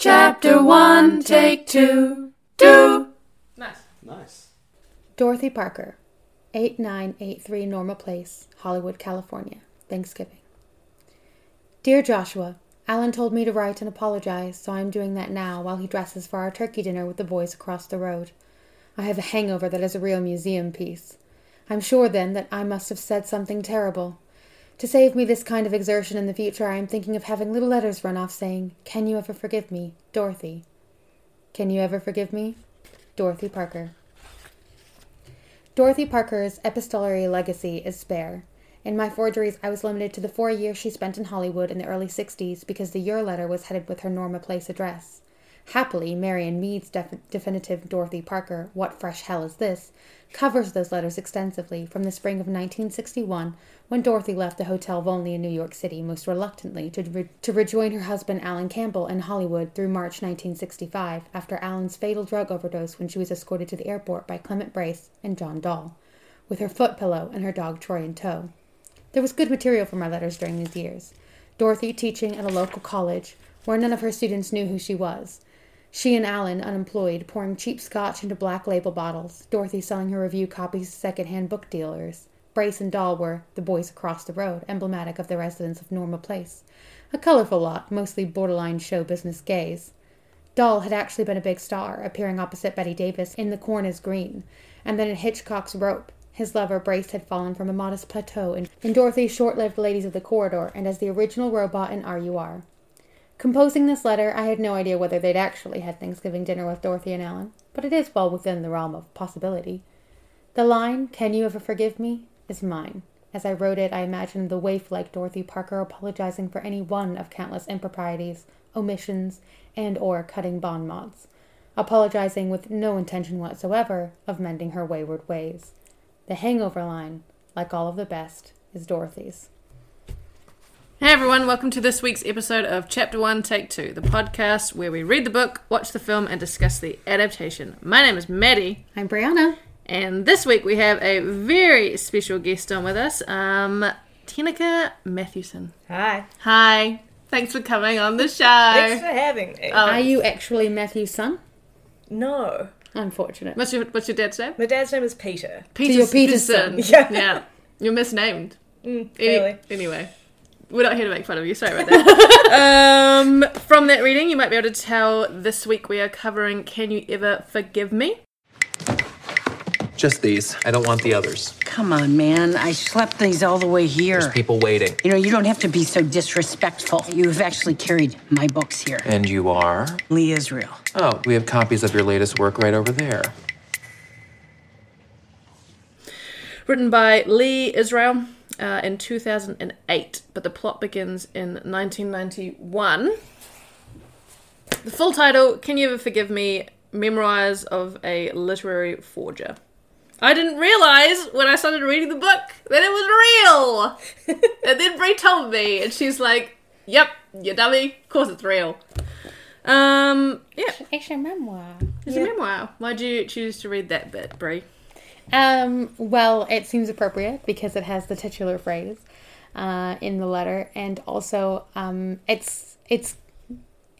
Chapter 1, Take 2. Do. Nice. Dorothy Parker, 8983 Norma Place, Hollywood, California, Thanksgiving. Dear Joshua, Alan told me to write and apologize, so I am doing that now while he dresses for our turkey dinner with the boys across the road. I have a hangover that is a real museum piece. I'm sure then that I must have said something terrible. To save me this kind of exertion in the future, I am thinking of having little letters run off saying, Can you ever forgive me, Dorothy? Can you ever forgive me? Dorothy Parker. Dorothy Parker's epistolary legacy is spare. In my forgeries, I was limited to the four years she spent in Hollywood in the early 60s because the Your letter was headed with her Norma Place address. Happily, Marion Mead's def- definitive Dorothy Parker, What Fresh Hell Is This?, covers those letters extensively from the spring of 1961 when Dorothy left the Hotel Volney in New York City most reluctantly to, re- to rejoin her husband Alan Campbell in Hollywood through March 1965 after Alan's fatal drug overdose when she was escorted to the airport by Clement Brace and John Dahl, with her foot pillow and her dog Troy in tow. There was good material for my letters during these years. Dorothy teaching at a local college where none of her students knew who she was. She and Alan, unemployed, pouring cheap scotch into black label bottles. Dorothy selling her review copies to secondhand book dealers. Brace and Doll were the boys across the road, emblematic of the residents of Norma Place. A colorful lot, mostly borderline show business gays. Doll had actually been a big star, appearing opposite Betty Davis in The Corn is Green, and then in Hitchcock's Rope. His lover, Brace, had fallen from a modest plateau in, in Dorothy's short lived Ladies of the Corridor and as the original robot in RUR. Composing this letter, I had no idea whether they'd actually had Thanksgiving dinner with Dorothy and Alan, but it is well within the realm of possibility. The line, Can you ever forgive me? is mine. As I wrote it, I imagined the waif like Dorothy Parker apologizing for any one of countless improprieties, omissions, and or cutting bon mots, apologizing with no intention whatsoever of mending her wayward ways. The hangover line, like all of the best, is Dorothy's. Hey everyone, welcome to this week's episode of Chapter 1, Take 2, the podcast where we read the book, watch the film, and discuss the adaptation. My name is Maddie, I'm Brianna. and this week we have a very special guest on with us, um, Tenika Mathewson. Hi. Hi, thanks for coming on the show. Thanks for having me. Are you actually Matthew's son? no. Unfortunate. What's your, what's your dad's name? My dad's name is Peter. you're Peterson. Yeah. yeah. You're misnamed. Any- really. Anyway, we're not here to make fun of you. Sorry about that. um, from that reading, you might be able to tell this week we are covering Can You Ever Forgive Me? Just these. I don't want the others. Come on, man. I schlepped these all the way here. People waiting. You know, you don't have to be so disrespectful. You've actually carried my books here. And you are? Lee Israel. Oh, we have copies of your latest work right over there. Written by Lee Israel uh, in 2008, but the plot begins in 1991. The full title Can You Ever Forgive Me? Memoirs of a Literary Forger. I didn't realize when I started reading the book that it was real! and then Brie told me, and she's like, Yep, you dummy, of course it's real. Um, yeah, It's a memoir. it's a memoir. Why'd you choose to read that bit, Brie? Um, well, it seems appropriate because it has the titular phrase uh, in the letter, and also um, it's it's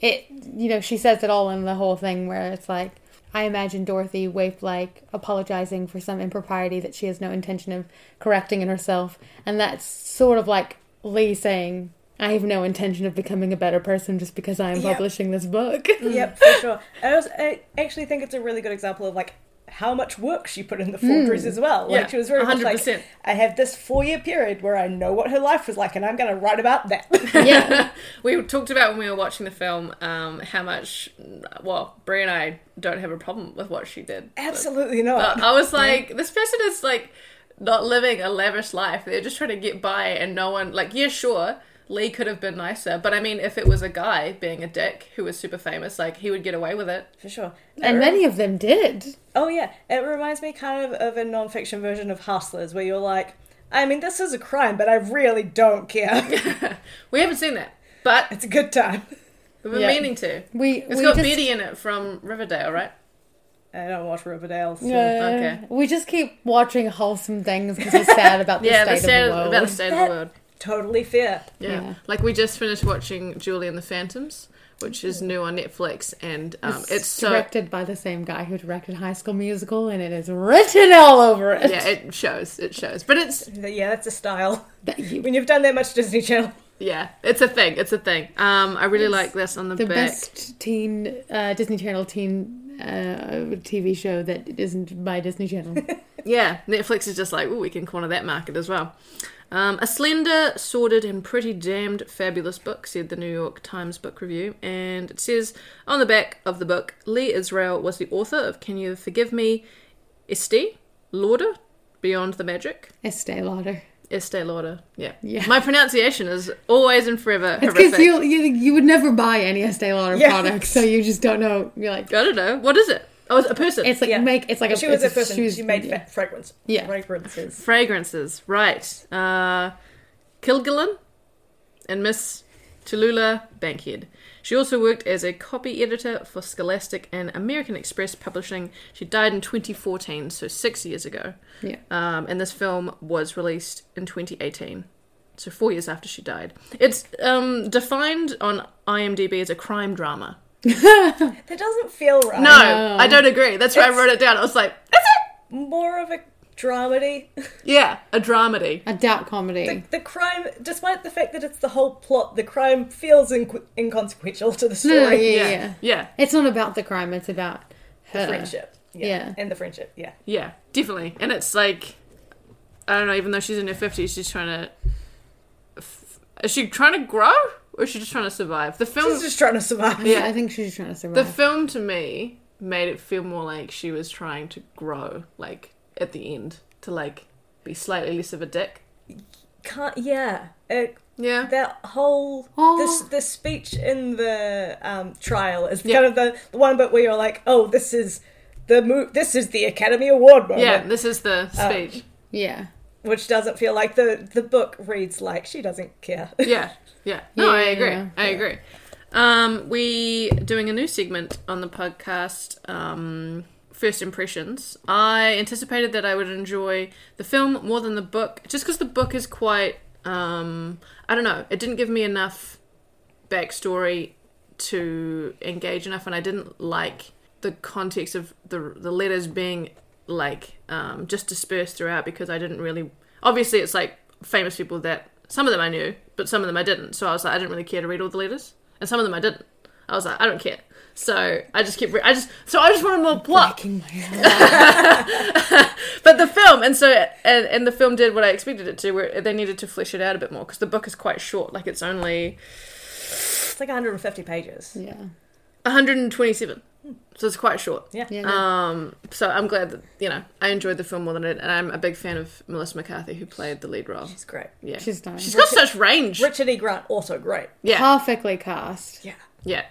it. You know, she says it all in the whole thing where it's like. I imagine Dorothy waif like apologizing for some impropriety that she has no intention of correcting in herself. And that's sort of like Lee saying, I have no intention of becoming a better person just because I am Yeah. Mm-hmm. publishing this book. Yep, for sure. I, also, I actually think it's a really good example of like how much work she put in the Mm. forgeries as well. Like Yeah, she was very much like, 100%. I have this four year period where I know what her life was like, and I'm going to write about that. yeah. We talked about when we were watching the film um, how much, well, Brie and I don't have a problem with what she did. Absolutely But Uh, not. I was like, this person is like not living a lavish life. They're just trying to get by, and no one, like, yeah, sure, Lee could have been nicer. But I mean, if it was a guy being a dick who was super famous, like, he would get away with it. for sure. And many of them did. Oh yeah, it reminds me kind of of a non-fiction version of Hustlers, where you're like, I mean, this is a crime, but I really don't care. We haven't seen that, but it's a good time. we've been Yeah. meaning to. We It's we got just, Betty in it from Riverdale, right? I don't watch Riverdale. So. Yeah. Okay. We just keep watching wholesome things because we're sad about the Yeah, state the state, of the world. about the state of the world. Totally fair. Yeah. Yeah. Like we just finished watching Julie and the Phantoms, which is new on Netflix, and um, it's so directed by the same guy who directed High School Musical, and it is written all over it. yeah, it shows, it shows, but it's Yeah, that's a style. That you- When you've done that much Disney Channel. yeah, it's a thing, it's a thing. Um, I really like this on the, the back. best teen uh, Disney Channel teen uh, TV show that isn't by Disney Channel. Yeah, Netflix is just like, ooh, we can corner that market as well. Um, a slender, sordid, and pretty damned fabulous book, said the New York Times book review. And it says on the back of the book, Lee Israel was the author of Can You Forgive Me? Estee Lauder, Beyond the Magic. Estee Lauder. Estee Lauder, yeah. Yeah. My pronunciation is always and forever horrific. Because you, you you would never buy any Estee Lauder Yeah. products, so you just don't know. You're like, I don't know. What is it? Oh, it's a person. it's like Yeah. make it's like She was a it's person. shoes- She made yeah. fa- fragrance. Yeah. Fragrances. Fragrances, right. Uh, Kilgallen and Miss Tallulah Bankhead. She also worked as a copy editor for Scholastic and American Express Publishing. She died in 2014, so six years ago. Yeah. Um, and this film was released in 2018, so four years after she died. It's um, defined on IMDb as a crime drama. That doesn't feel right. No, I don't agree. That's why I wrote it down. I was like, is More of a dramedy. it? Yeah, a dramedy. A doubt comedy. The crime, despite the fact that it's the whole plot, the crime feels inqu- inconsequential to the no, story. no, yeah, yeah, Yeah. yeah. Yeah. It's not about the crime. It's about her. Friendship. Yeah. And the friendship, yeah. Yeah, definitely. And it's like, I don't know. Even though she's in her fifties, she's trying to. Is she trying to grow, or is she just trying to survive? The film, She's just trying to survive. Yeah, I think she's just trying to the survive. film to me made it feel more like she was trying to grow, like at the end, to like be slightly less of a dick. Can't, yeah. It, Yeah, that whole Oh. this the speech in the um, trial is Yeah. kind of the, the one bit where you're like, oh, this is the mo- this is the Academy Award moment, yeah. This is the speech. yeah. which doesn't feel like the the book reads like she doesn't care. yeah, yeah. No, I Yeah, agree. yeah, I agree. Um, we doing a new segment on the podcast. Um, first impressions. I anticipated that I would enjoy the film more than the book, just because the book is quite. Um, I don't know. It didn't give me enough backstory to engage enough, and I didn't like the context of the the letters being like um, just dispersed throughout because I didn't really. Obviously, it's like famous people that some of them I knew, but some of them I didn't. So I was like, I didn't really care to read all the letters, and some of them I didn't. I was like, I don't care. So I just kept. Re- I just so I just wanted more plot. Fucking my heart. But the film, and so and, and the film did what I expected it to, where they needed to flesh it out a bit more because the book is quite short. Like it's only It's like 150 pages. Yeah. 127, so it's quite short. Yeah. Yeah. no. Um, so I'm glad that you know I enjoyed the film more than it, and I'm a big fan of Melissa McCarthy who played the lead role. It's great. Yeah, She's done. She's got such range. Richard E. Grant also great. Yeah, Perfectly cast. Yeah. yeah,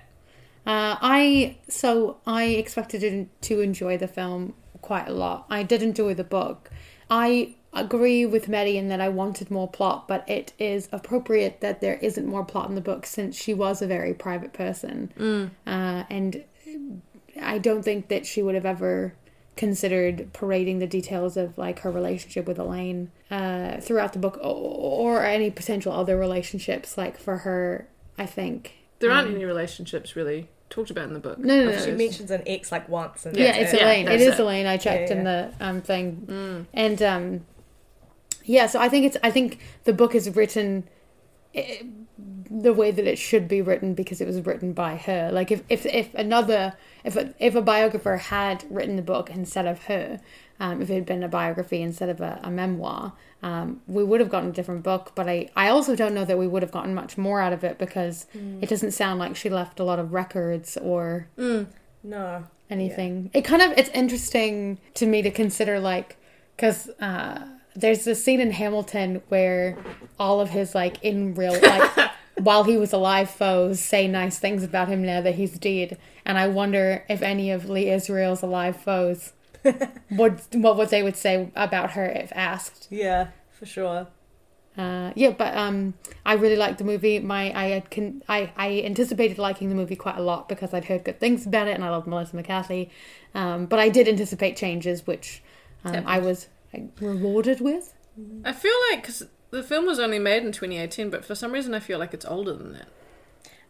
Uh, I so I expected to- to enjoy the film quite a lot. I did enjoy the book. I agree with Maddie in that I wanted more plot, but it is appropriate that there isn't more plot in the book since she was a very private person, uh, and I don't think that she would have ever considered parading the details of like her relationship with Elaine uh, throughout the book or, or any potential other relationships. Like for her, I think there aren't any relationships really talked about in the book. Mm. No, no, I no. suppose. She mentions an ex like once. And yeah, that's it's it. Elaine. Yeah, Mm. it that's is it. Elaine. I checked in the um thing, and um, yeah. So I think it's. I think the book is written eh, the way that it should be written because it was written by her. Like if if if another if a, if a biographer had written the book instead of her, um, if it had been a biography instead of a, a memoir, um, we would have gotten a different book. But I I also don't know that we would have gotten much more out of it because Mm. it doesn't sound like she left a lot of records or No. anything. It kind of it's interesting to me to consider like because uh, there's this scene in Hamilton where all of his like in real like while he was alive foes say nice things about him now that he's dead, and I wonder if any of Lee Israel's alive foes. would what would they would say about her if asked? Yeah, for sure. Uh, yeah, but um, I really liked the movie. My I had con- I I anticipated liking the movie quite a lot because I'd heard good things about it, and I love Melissa McCarthy. Um, but I did anticipate changes, which um, I was like, rewarded with. I feel like 'cause the film was only made in 2018, but for some reason I feel like it's older than that.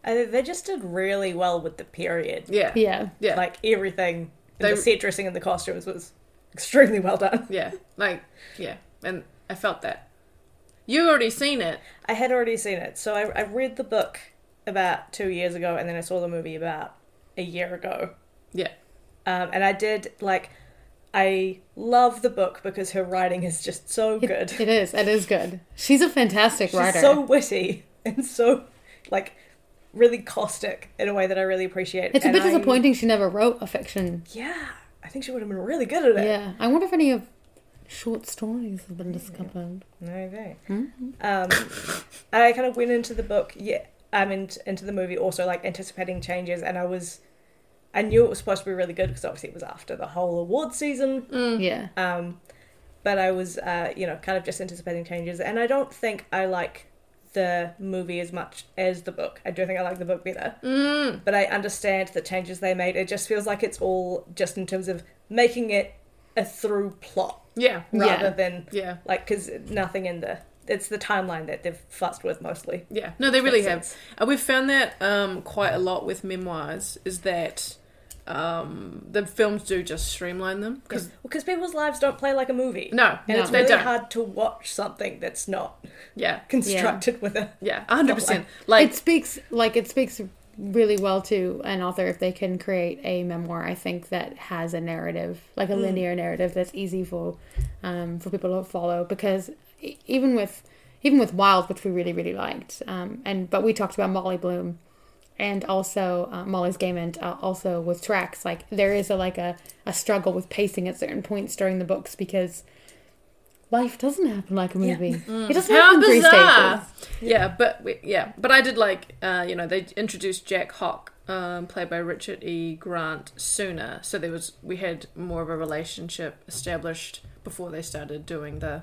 I I think Uh, they just did really well with the period. Yeah. Yeah. Yeah. Like everything, They- the set dressing and the costumes was extremely well done. yeah. Like, yeah. And I felt that. You already seen it. I had already seen it, so I, I read the book about two years ago, and then I saw the movie about a year ago. Yeah. Um, and I did like, I love the book because her writing is just so good. It is. It is good. She's a fantastic She's writer. so witty and so like really caustic in a way that I really appreciate. it's a And bit I- disappointing she never wrote a fiction. Yeah, I think she would have been really good at it. Yeah. I wonder if any of short stories have been discovered. Okay. Hmm. Um, I kind of went into the book, yeah, I mean, into the movie also like anticipating changes, and I was, I knew it was supposed to be really good because obviously it was after the whole award season, Yeah. um, but I was, uh, you know, kind of just anticipating changes, and I don't think I like the movie as much as the book. I do think I like the book better, mm. but I understand the changes they made. It just feels like it's all just in terms of making it a through plot Yeah. rather Yeah. than Yeah. like because nothing in the it's the timeline that they've fussed with mostly Yeah, no, they really Makes have. sense. Uh, we've found that um, quite a lot with memoirs is that um, the films do just streamline them because because people's lives don't play like a movie no, and it's they really don't. hard to watch something that's not Yeah, constructed with a yeah, hundred percent. it Like, speaks like it speaks really well to an author if they can create a memoir i think that has a narrative like a Hmm. linear narrative that's easy for um, for people to follow because e- even with even with wild which we really really liked um, and but we talked about molly bloom and also uh, molly's game and uh, also with tracks like there is a like a, a struggle with pacing at certain points during the books because life doesn't happen like a movie it doesn't Mm. how happen in three stages bizarre! Yeah, but we, yeah, but I did like uh, you know they introduced Jack Hawk, um, played by Richard E. Grant, sooner, so there was we had more of a relationship established before they started doing the,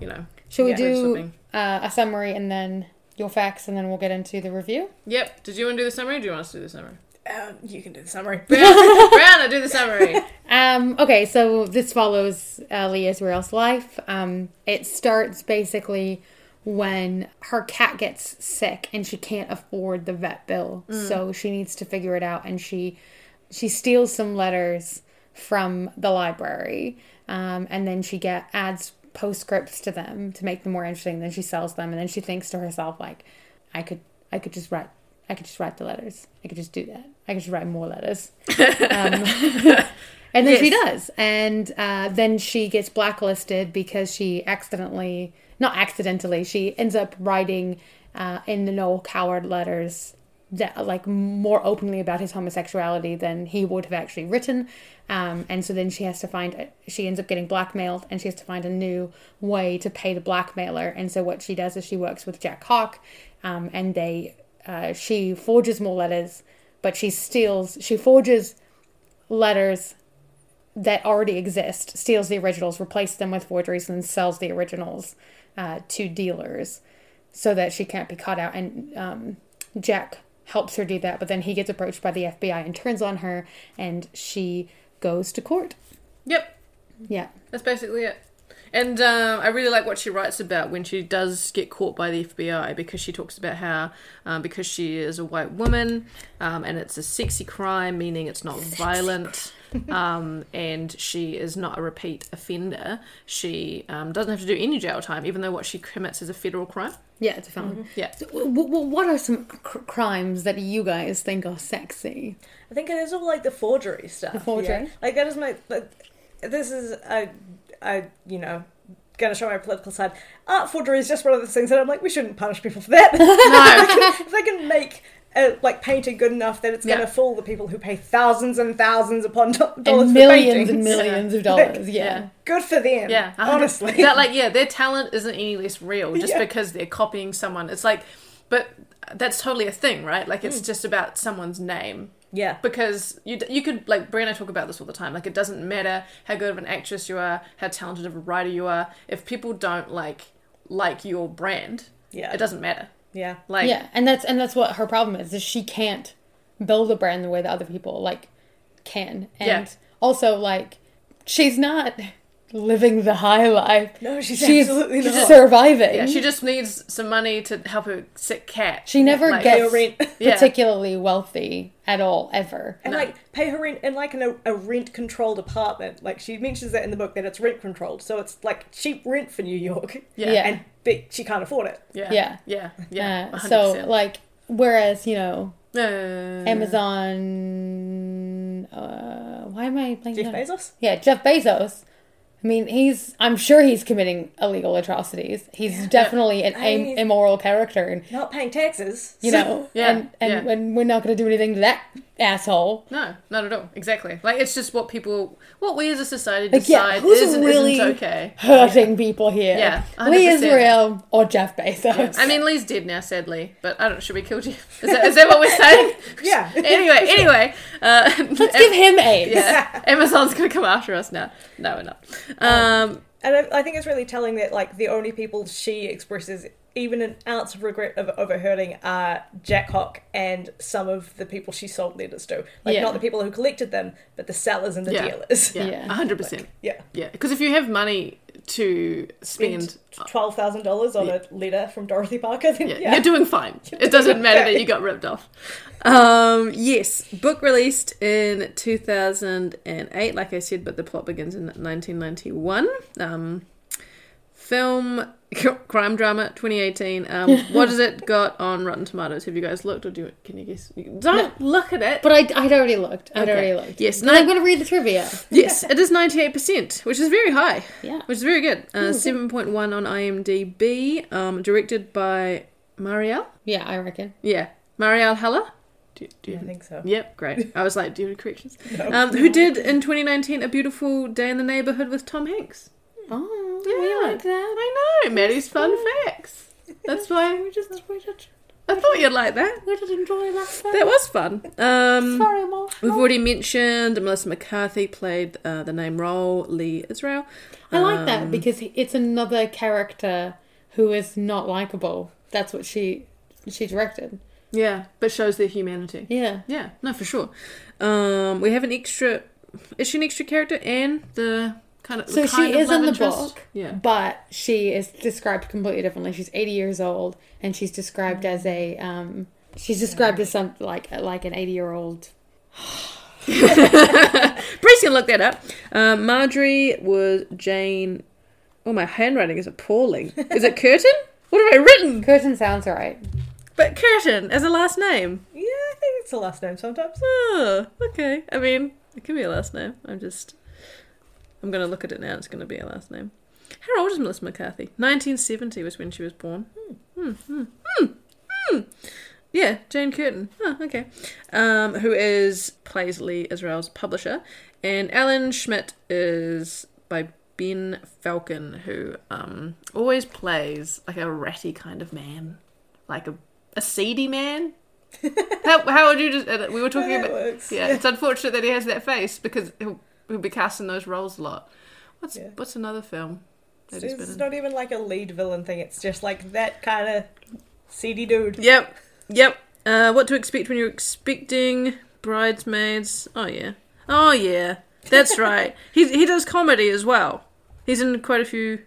you know, Should we yeah, do flipping. uh, a summary and then your facts, and then we'll get into the review? Yep. Did you want to do the summary? Or do you want us to do the summary? um, you can do the summary Brianna, Brianna, do the summary. Um, okay, so this follows uh, Lee Israel's life. Um, it starts basically when her cat gets sick and she can't afford the vet bill, so she needs to figure it out, and she she steals some letters from the library, um, and then she get adds postscripts to them to make them more interesting. Then she sells them, and then she thinks to herself like, I could I could just write. I could just write the letters. I could just do that. I could just write more letters. And then she does. And uh, then she gets blacklisted because she accidentally, not accidentally, she ends up writing uh, in the Noel Coward letters that like more openly about his homosexuality than he would have actually written. Um, and so then she has to find, she ends up getting blackmailed and she has to find a new way to pay the blackmailer. And so what she does is she works with Jack Hawk um, and they, uh, she forges more letters, but she steals, she forges letters that already exist, steals the originals, replaces them with forgeries, and then sells the originals uh, to dealers so that she can't be caught out. And um, Jack helps her do that, but then he gets approached by the FBI and turns on her, and she goes to court. yep, Yeah. that's basically it. And um, I really like what she writes about when she does get caught by the FBI because she talks about how, um, because she is a white woman um, and it's a sexy crime, meaning it's not violent, um, and she is not a repeat offender. She um, doesn't have to do any jail time, even though what she commits is a federal crime. Yeah, it's a felon. Yeah. So, w- w- what are some cr- crimes that you guys think are sexy? I think it is all like the forgery stuff. forgery? yeah. like that is my. Like, this is I, I you know, gonna show my political side. Art forgery is just one of those things that I'm like, we shouldn't punish people for that. if they can make. A, like painting good enough that it's going Yeah. to fool the people who pay thousands and thousands upon do- dollars And for millions paintings. and millions of dollars. Yeah. Good for them. Yeah, a hundred- honestly. that like yeah, their talent isn't any less real just Yeah. because they're copying someone. It's like, but that's totally a thing, right? Like Hmm. it's just about someone's name. Yeah. Because you d- you could like Brie and I talk about this all the time. Like it doesn't matter how good of an actress you are, how talented of a writer you are, if people don't like like your brand, Yeah. it doesn't matter. yeah. Like yeah and that's and that's what her problem is is she can't build a brand the way that other people like can and Yeah. also like she's not living the high life. No, she's she's absolutely not. surviving. Yeah, she she, just needs some money to help her sick cat. never Like, Pay her gets rent. Yeah. particularly wealthy at all, ever. And like pay her rent in like in a, a rent controlled apartment. Like she mentions that in the book that it's rent controlled, so it's like cheap rent for New York. Yeah. Yeah. And but she can't afford it. Yeah. Yeah. Yeah. Yeah. Uh, 100%. so, like, whereas, you know, Uh, Amazon. Uh, why am I blanking? Jeff on- Bezos. Yeah, Jeff Bezos. I mean, he's. I'm sure he's committing illegal atrocities. He's definitely an I mean, am- immoral character, and Not paying taxes. you so- know, Yeah, and and, yeah. and we're not going to do anything to that asshole. No, not at all. Exactly. Like it's just what people, what we as a society Like, yeah, decide who's is and really- isn't okay. Hurting people here. Yeah, Lee 100%. Israel or Jeff Bezos. I mean, Lee's dead now, sadly. But I don't. Should we kill Jeff? Is that, is that what we're saying? Yeah. anyway, anyway. Uh, let's give him AIDS. Yeah, Amazon's gonna come after us now. No, we're not. Um, And I, I think it's really telling that like the only people she expresses even an ounce of regret of overhurting are Jack Hawk and some of the people she sold letters to. Like Yeah. not the people who collected them, but the sellers and the yeah, dealers. yeah, Yeah. a hundred percent. Yeah. Yeah, because if you have money to spend, twelve thousand dollars on a letter from Dorothy Parker, then yeah, yeah. you're doing fine. it doesn't matter that you got ripped off. Um, yes, book released in 2008, like I said, but the plot begins in 1991. Um, film, crime drama, 2018. Um, what has it got on Rotten Tomatoes? Have you guys looked, or do you, can you guess? Don't look at it. But I, I'd already looked. I'd Okay. already looked. Yes, And no- I'm going to read the trivia. Yes, it is 98%, which is very high. Yeah. Which is very good. Uh, 7.1 on IMDb, um, directed by Marielle. Yeah, I reckon. Yeah. Marielle Heller. Do, do you I think so. Yep, great. I was like, do you have any corrections? Um, who did in 2019 A Beautiful Day in the Neighborhood with Tom Hanks. Oh, Yeah. I like that. I know, Maddie's fun facts. That's why We just, we just, I thought you'd like that. we just enjoy that. That was fun. Um, Sorry, Mom. We've already mentioned Melissa McCarthy played uh, the name role, Lee Israel. I like that because he- it's another character who is not likable. That's what she she directed. Yeah, but shows their humanity. Yeah. Yeah, no, for sure. Um, we have an extra. Is she an extra character? Anne, the kind of. So the kind she of is in love the interest? book, Yeah. but she is described completely differently. She's 80 years old and she's described as a um she's described as some like like an 80-year-old. Bree's can look that up. Um, Marjorie was Jane. Oh, my handwriting is appalling. Is it Curtin? What have I written? Curtin sounds right. But Curtin as a last name. Yeah, I think it's the last name sometimes. Oh, okay. I mean, it can be a last name. I'm just. I'm going to look at it now. It's going to be a last name. How old is Melissa McCarthy? 1970 was when she was born. Yeah, Jane Curtin. Oh, okay. Um, who is plays Lee Israel's publisher, and Alan Schmidt is by Ben Falcon, who um, always plays like a ratty kind of man, like a a seedy man. how, how would you just? uh, We were talking Yeah, that about. works. Yeah, it's unfortunate that he has that face because he'll, he'll be cast in those roles a lot. What's Yeah. what's another film? that he's been It's in? not even like a lead villain thing. It's just like that kind of seedy dude. Yep. Yep. Uh, what to expect when you're expecting bridesmaids? Oh yeah. Oh yeah. That's right. he he does comedy as well. He's in quite a few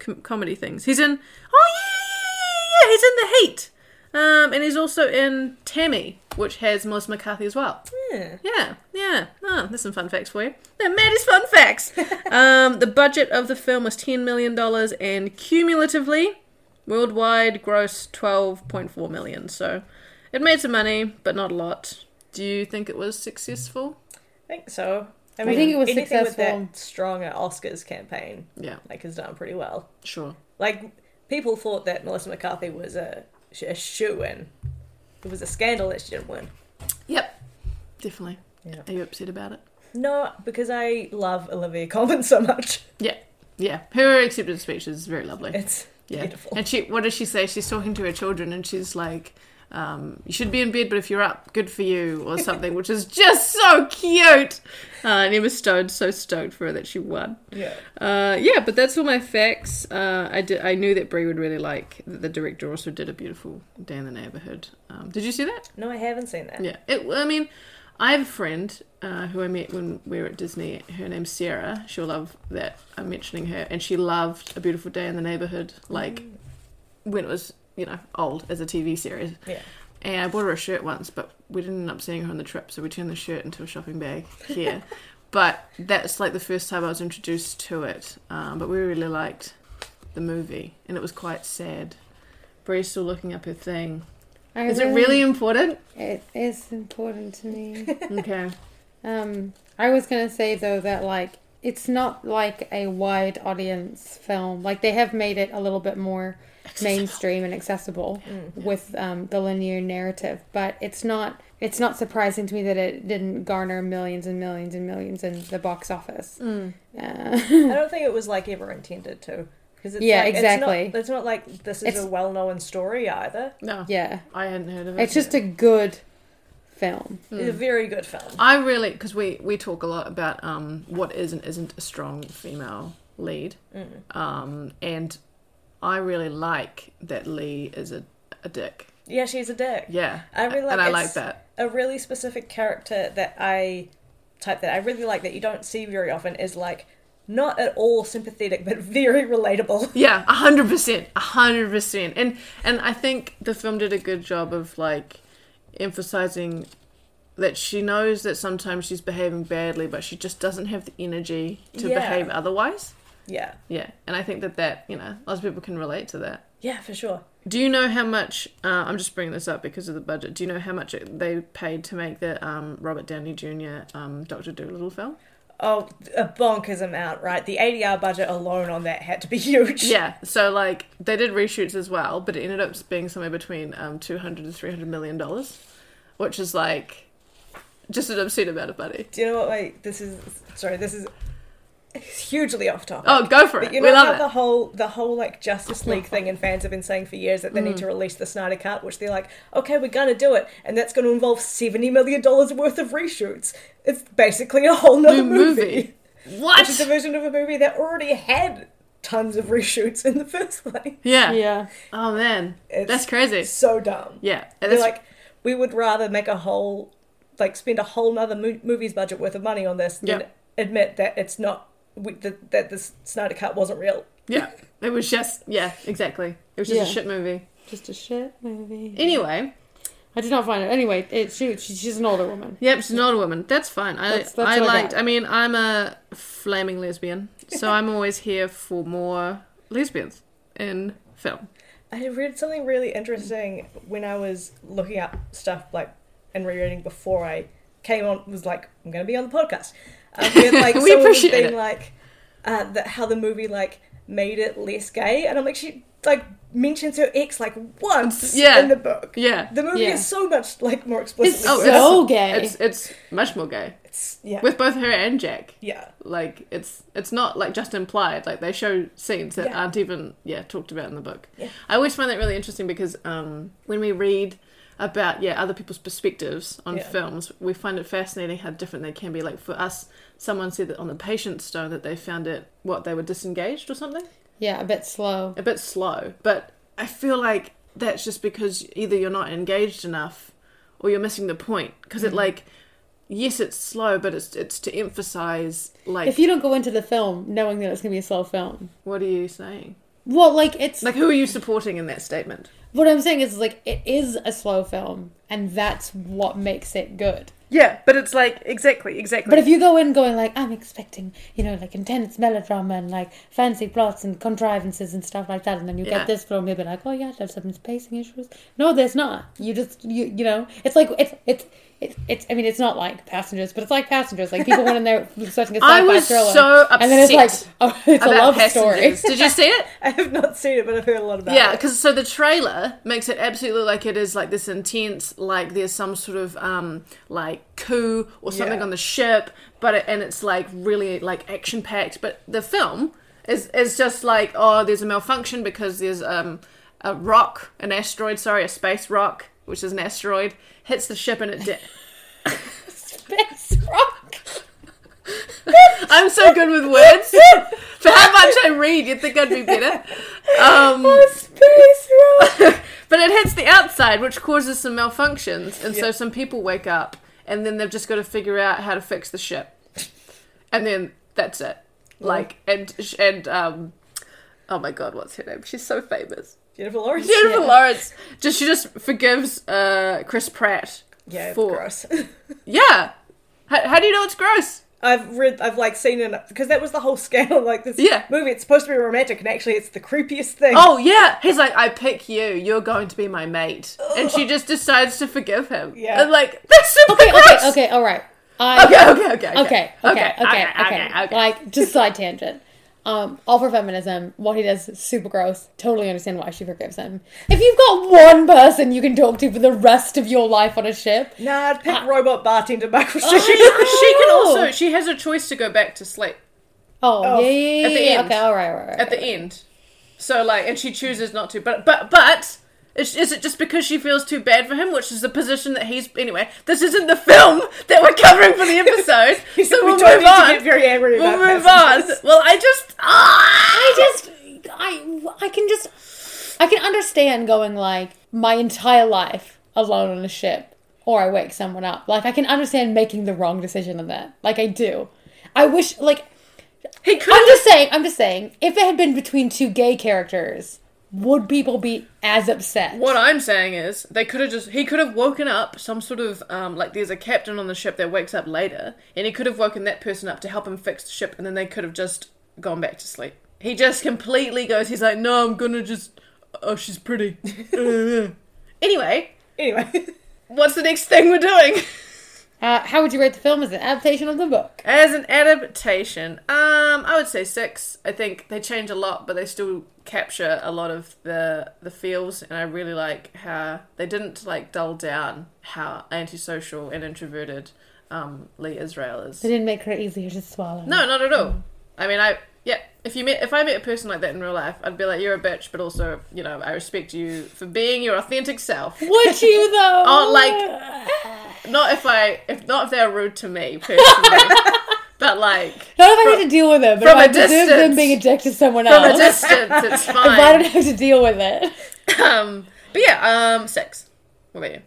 com- comedy things. He's in. Oh yeah, yeah, yeah, yeah, yeah. He's in the Heat. Um, and he's also in Tammy, which has Melissa McCarthy as well. Yeah. Yeah, yeah. Oh, there's some fun facts for you. They're Maddie's fun facts. um, the budget of the film was ten million dollars, and cumulatively, worldwide gross twelve point four million. So, it made some money, but not a lot. Do you think it was successful? I think so. I, think it was anything successful. with that stronger Oscars campaign, Yeah, like, has done pretty well. sure. Like, people thought that Melissa McCarthy was a, a shoe in. It was a scandal that she didn't win. Yep, definitely. Yeah. Are you upset about it? No, because I love Olivia Colman so much. Yeah, yeah. Her acceptance speech is very lovely. It's Yeah. beautiful. And she, what does she say? She's talking to her children, and she's like, um, "You should be in bed, but if you're up, good for you," or something, which is just so cute. Uh, and Emma Stone so stoked for her that she won. yeah. Uh, yeah, but that's all my facts. Uh, I did. I knew that Brie would really like that. The director also did a beautiful Day in the Neighborhood. Um, did you see that? No, I haven't seen that. Yeah. It. I mean, I have a friend uh, who I met when we were at Disney. Her name's Sarah. She'll love that I'm mentioning her, and she loved A Beautiful Day in the Neighborhood, like when it was you know old as a TV series. Yeah. And I bought her a shirt once, but we didn't end up seeing her on the trip, so we turned the shirt into a shopping bag here. but that's like the first time I was introduced to it. Um, but we really liked the movie, and it was quite sad. Bree's still looking up her thing. I Is it really important? It is important to me. Okay. Um, I was gonna say though that like it's not like a wide audience film. Like they have made it a little bit more mainstream and accessible with um, the linear narrative, but it's not. It's not surprising to me that it didn't garner millions and millions and millions in the box office. Uh, I don't think it was like ever intended to. 'Cause It's Yeah, like, exactly. It's not, it's not like this is It's- a well-known story either. No. yeah, I hadn't heard of it. it's just a good film. It's a very good film. I really because we we talk a lot about um what is and isn't a strong female lead, Mm. um and I really like that Lee is a a dick. Yeah, she's a dick. Yeah, I really like, and I it's like that. A really specific character that I type that I really like that you don't see very often is like not at all sympathetic but very relatable. Yeah, a hundred percent, a hundred percent, and and I think the film did a good job of like emphasizing that she knows that sometimes she's behaving badly, but she just doesn't have the energy to Yeah. behave otherwise. Yeah. Yeah, and I think that that you know lots of people can relate to that. Yeah, for sure. Do you know how much? Uh, I'm just bringing this up because of the budget. Do you know how much it- they paid to make the um, Robert Downey Jr. Um, Doctor Dolittle film? Oh, a bonkers amount, right? The ADR budget alone on that had to be huge. Yeah. So like they did reshoots as well, but it ended up being somewhere between um, 200 and 300 million dollars, which is like just an obscene amount of money. Do you know what? Wait, this is sorry. This is hugely off topic. Oh, go for it. But you we know how love the it. whole the whole like Justice League thing and fans have been saying for years that they Mm. need to release the Snyder Cut, which they're like, okay, we're gonna do it, and that's gonna involve seventy million dollars worth of reshoots. It's basically a whole nother New movie. movie. What? Which is a version of a movie that already had tons of reshoots in the first place. yeah. Yeah, Oh man, It's that's crazy. So dumb. Yeah. And They're that's, like, we would rather make a whole, like, spend a whole nother mo- movie's budget worth of money on this than Yeah. admit that it's not, we, that, that the Snyder Cut wasn't real. yeah. It was just yeah, exactly. It was just a Yeah. shit movie. just a shit movie. Anyway. I did not find it anyway. It shoots. She, she's an older woman. Yep, she's not a woman. That's fine. I That's- that's I what I liked. got. I, mean, I'm a flaming lesbian, so I'm always here for more lesbians in film. I read something really interesting when I was looking up stuff, like, and rereading before I came on, was like, I'm going to be on the podcast. Um, where, like, We someone was appreciate it. being like, uh, that how the movie, like, made it less gay. And I'm like, she, like, mentions her ex, like, once Yeah. in the book. Yeah. The movie Yeah. is so much like more explicit. It's so gay. Oh, It's it's much more gay yeah. with both her and Jack. yeah. Like it's it's not like just implied. Like they show scenes that Yeah. aren't even yeah talked about in the book. Yeah. I always find that really interesting because um, when we read about yeah other people's perspectives on Yeah. films, we find it fascinating how different they can be. Like for us, someone said that on the Patient Stone that they found it what they were disengaged or something Yeah, a bit slow. a bit slow. But I feel like that's just because either you're not engaged enough or you're missing the point. Because it like, yes, it's slow, but it's it's to emphasize like If you don't go into the film knowing that it's gonna be a slow film, what are you saying? well, like it's Like who are you supporting in that statement? What I'm saying is, like, it is a slow film, and that's what makes it good. Yeah, but it's like exactly, exactly. But if you go in going like, I'm expecting, you know, like intense melodrama and like fancy plots and contrivances and stuff like that, and then you Yeah. get this film, you'll be like, oh yeah, there's some spacing issues. No, there's not. You just, you, you know, it's like it's it's. It's, it's, I mean, it's not like passengers, but it's like passengers. Like people went in there expecting a sci-fi I was thriller, so and then it's like, upset oh, it's a love story. Did you see it? I have not seen it, but I've heard a lot about Yeah, it. because so the trailer makes it absolutely look like it is like this intense, like there's some sort of um like coup or something Yeah. on the ship, but it, and it's like really like action packed. But the film is is just like oh, there's a malfunction because there's um a rock, an asteroid, sorry, a space rock, which is an asteroid, hits the ship and it. Di- Space rock. I'm so good with words. For how much I read, you'd think I'd be better. Um, Space rock. but it hits the outside, which causes some malfunctions, and so some people wake up and then they've just got to figure out how to fix the ship, and then that's it. Like and and um, oh my god, what's her name? She's so famous. Jennifer Lawrence. Jennifer yeah. Lawrence. Just she just forgives uh Chris Pratt. Yeah, for gross. yeah. How, how do you know it's gross? I've read, I've like seen it because that was the whole scale. Like this Yeah. movie, it's supposed to be romantic, and actually, it's the creepiest thing. Oh yeah, he's like, I pick you. You're going to be my mate, and she just decides to forgive him. Yeah. and like that's super Okay, gross. okay, okay, all right. I, okay, okay, okay, okay, okay, okay, okay, okay. Like, just side tangent. Um, all for feminism. What he does is super gross. Totally understand why she forgives him. If you've got one person you can talk to for the rest of your life on a ship, Nah, I'd Ah. pick robot bartender Michael She, she Sheen. can also she has a choice to go back to sleep oh, Oh, yeah, yeah, at the yeah, yeah. end. okay, all right, all right, all right. at the end. So like, and she chooses not to. But but but. Is, is it just because she feels too bad for him, which is the position that he's anyway? This isn't the film that we're covering for the episode, so we we'll don't move need to on. get very angry we'll about move on. passengers. Well, I just ah! I just, I, I can just, I can understand going like my entire life alone on a ship, or I wake someone up. Like I can understand making the wrong decision on that. Like I do. I wish, like, he could I'm just saying, I'm just saying, if it had been between two gay characters, would people be as upset? What I'm saying is, they could have just. He could have woken up some sort of. Um, like, there's a captain on the ship that wakes up later, and he could have woken that person up to help him fix the ship, and then they could have just gone back to sleep. He just completely goes, he's like, no, I'm gonna just. Oh, she's pretty. anyway, Anyway, what's the next thing we're doing? Uh, how would you rate the film as an adaptation of the book? As an adaptation, um, I would say six. I think they change a lot, but they still capture a lot of the the feels, and I really like how they didn't like dull down how antisocial and introverted um, Lee Israel is. They didn't make her easier to swallow. No, not at all. I mean, I yeah. If you met if I met a person like that in real life, I'd be like, you're a bitch, but also you know I respect you for being your authentic self. Would you though? Or Oh, like, not if I if not if they're rude to me personally, but like. not if I had to deal with it, but from if I a deserve them distance. being a dick to someone From a else. distance, it's if I don't fine. have to deal with it. Um, but yeah, um, six. What about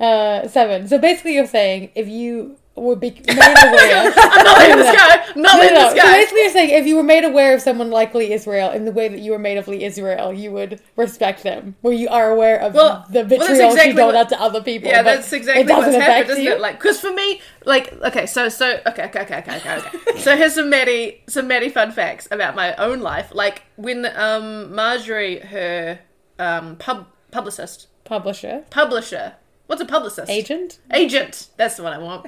you? Uh, seven. So basically, you're saying if you were be- made aware. I'm not letting this go. I'm not No, letting no, this no. So go. basically, you're saying if you were made aware of someone likely Israel in the way that you were made of Lee Israel, you would respect them, where you are aware of Well, the well, that's betrayal exactly she doled what- out to other people. Yeah, but that's exactly it doesn't what's affect happened, isn't you. it? Like, because for me, like, okay, so, so, okay, okay, okay, okay, okay. okay. so here's some Maddie, some Maddie fun facts about my own life. Like, when, um, Marjorie, her, um, pub, publicist, Publisher, publisher, what's a publicist? agent, Agent. That's the one I want.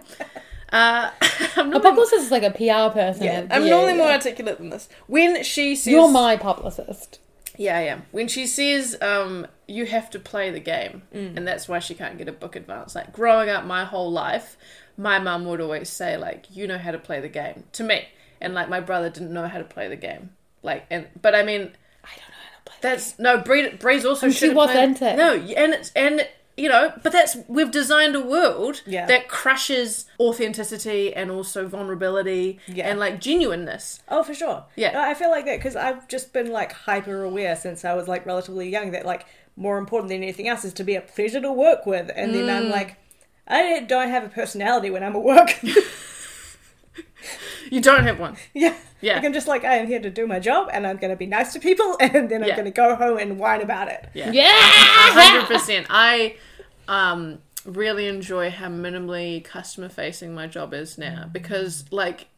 Uh, I'm a not publicist is like a PR person. Yeah, I'm normally more articulate than this. When she says, You're my publicist. Yeah, I am. When she says, um, you have to play the game, Mm. and that's why she can't get a book advance. Like, growing up my whole life, my mum would always say, like, you know how to play the game to me. And, like, my brother didn't know how to play the game. Like, and, but I mean, I don't know how to play. that's, no, Bree, Bree's also And she shouldn't play- wasn't it. No, and it's, and, you know, but that's, we've designed a world Yeah. that crushes authenticity and also vulnerability Yeah. and, like, genuineness. oh for sure. Yeah. No, I feel like that because I've just been like hyper aware since I was like relatively young that like more important than anything else is to be a pleasure to work with, and then Mm. I'm like, I don't have a personality when I'm at work. You don't have one. yeah. Yeah. Like I'm just like I am here to do my job, and I'm going to be nice to people, and then I'm Yeah. going to go home and whine about it. Yeah. Yeah. hundred percent. I um really enjoy how minimally customer facing my job is now because like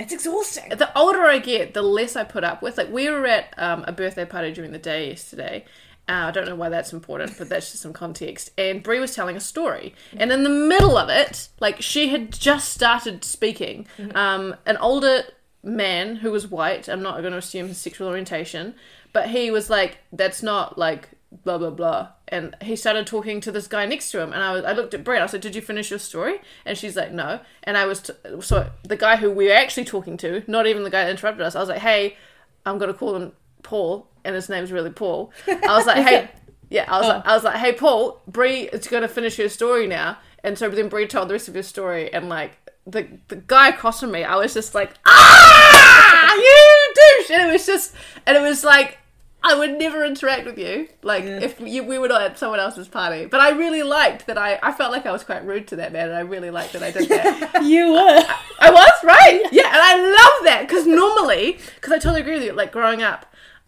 It's exhausting. the older I get, the less I put up with. Like we were at um, a birthday party during the day yesterday. Uh, I don't know why that's important, but that's just some context. And Brie was telling a story, and in the middle of it, like she had just started speaking, um, an older man who was white. I'm not going to assume his sexual orientation, but he was like, "That's not like blah blah blah." And he started talking to this guy next to him, and I was, I looked at Brie. and I said, "Did you finish your story?" And she's like, "No." And I was t- so the guy who we were actually talking to, not even the guy that interrupted us. I was like, "Hey, I'm gonna call him Paul, and his name's really Paul." I was like, "Hey." Yeah, I was like, I was like, hey Paul, Bree is gonna finish her story now, and so then Bree told the rest of her story, and like the the guy across from me, I was just like, ah, you douche, and it was just, and it was like I would never interact with you, like if you, we were not at someone else's party. But I really liked that I, I felt like I was quite rude to that man, and I really liked that I did that. You were. I was right, yeah, and I love that because normally, because I totally agree with you. Like growing up,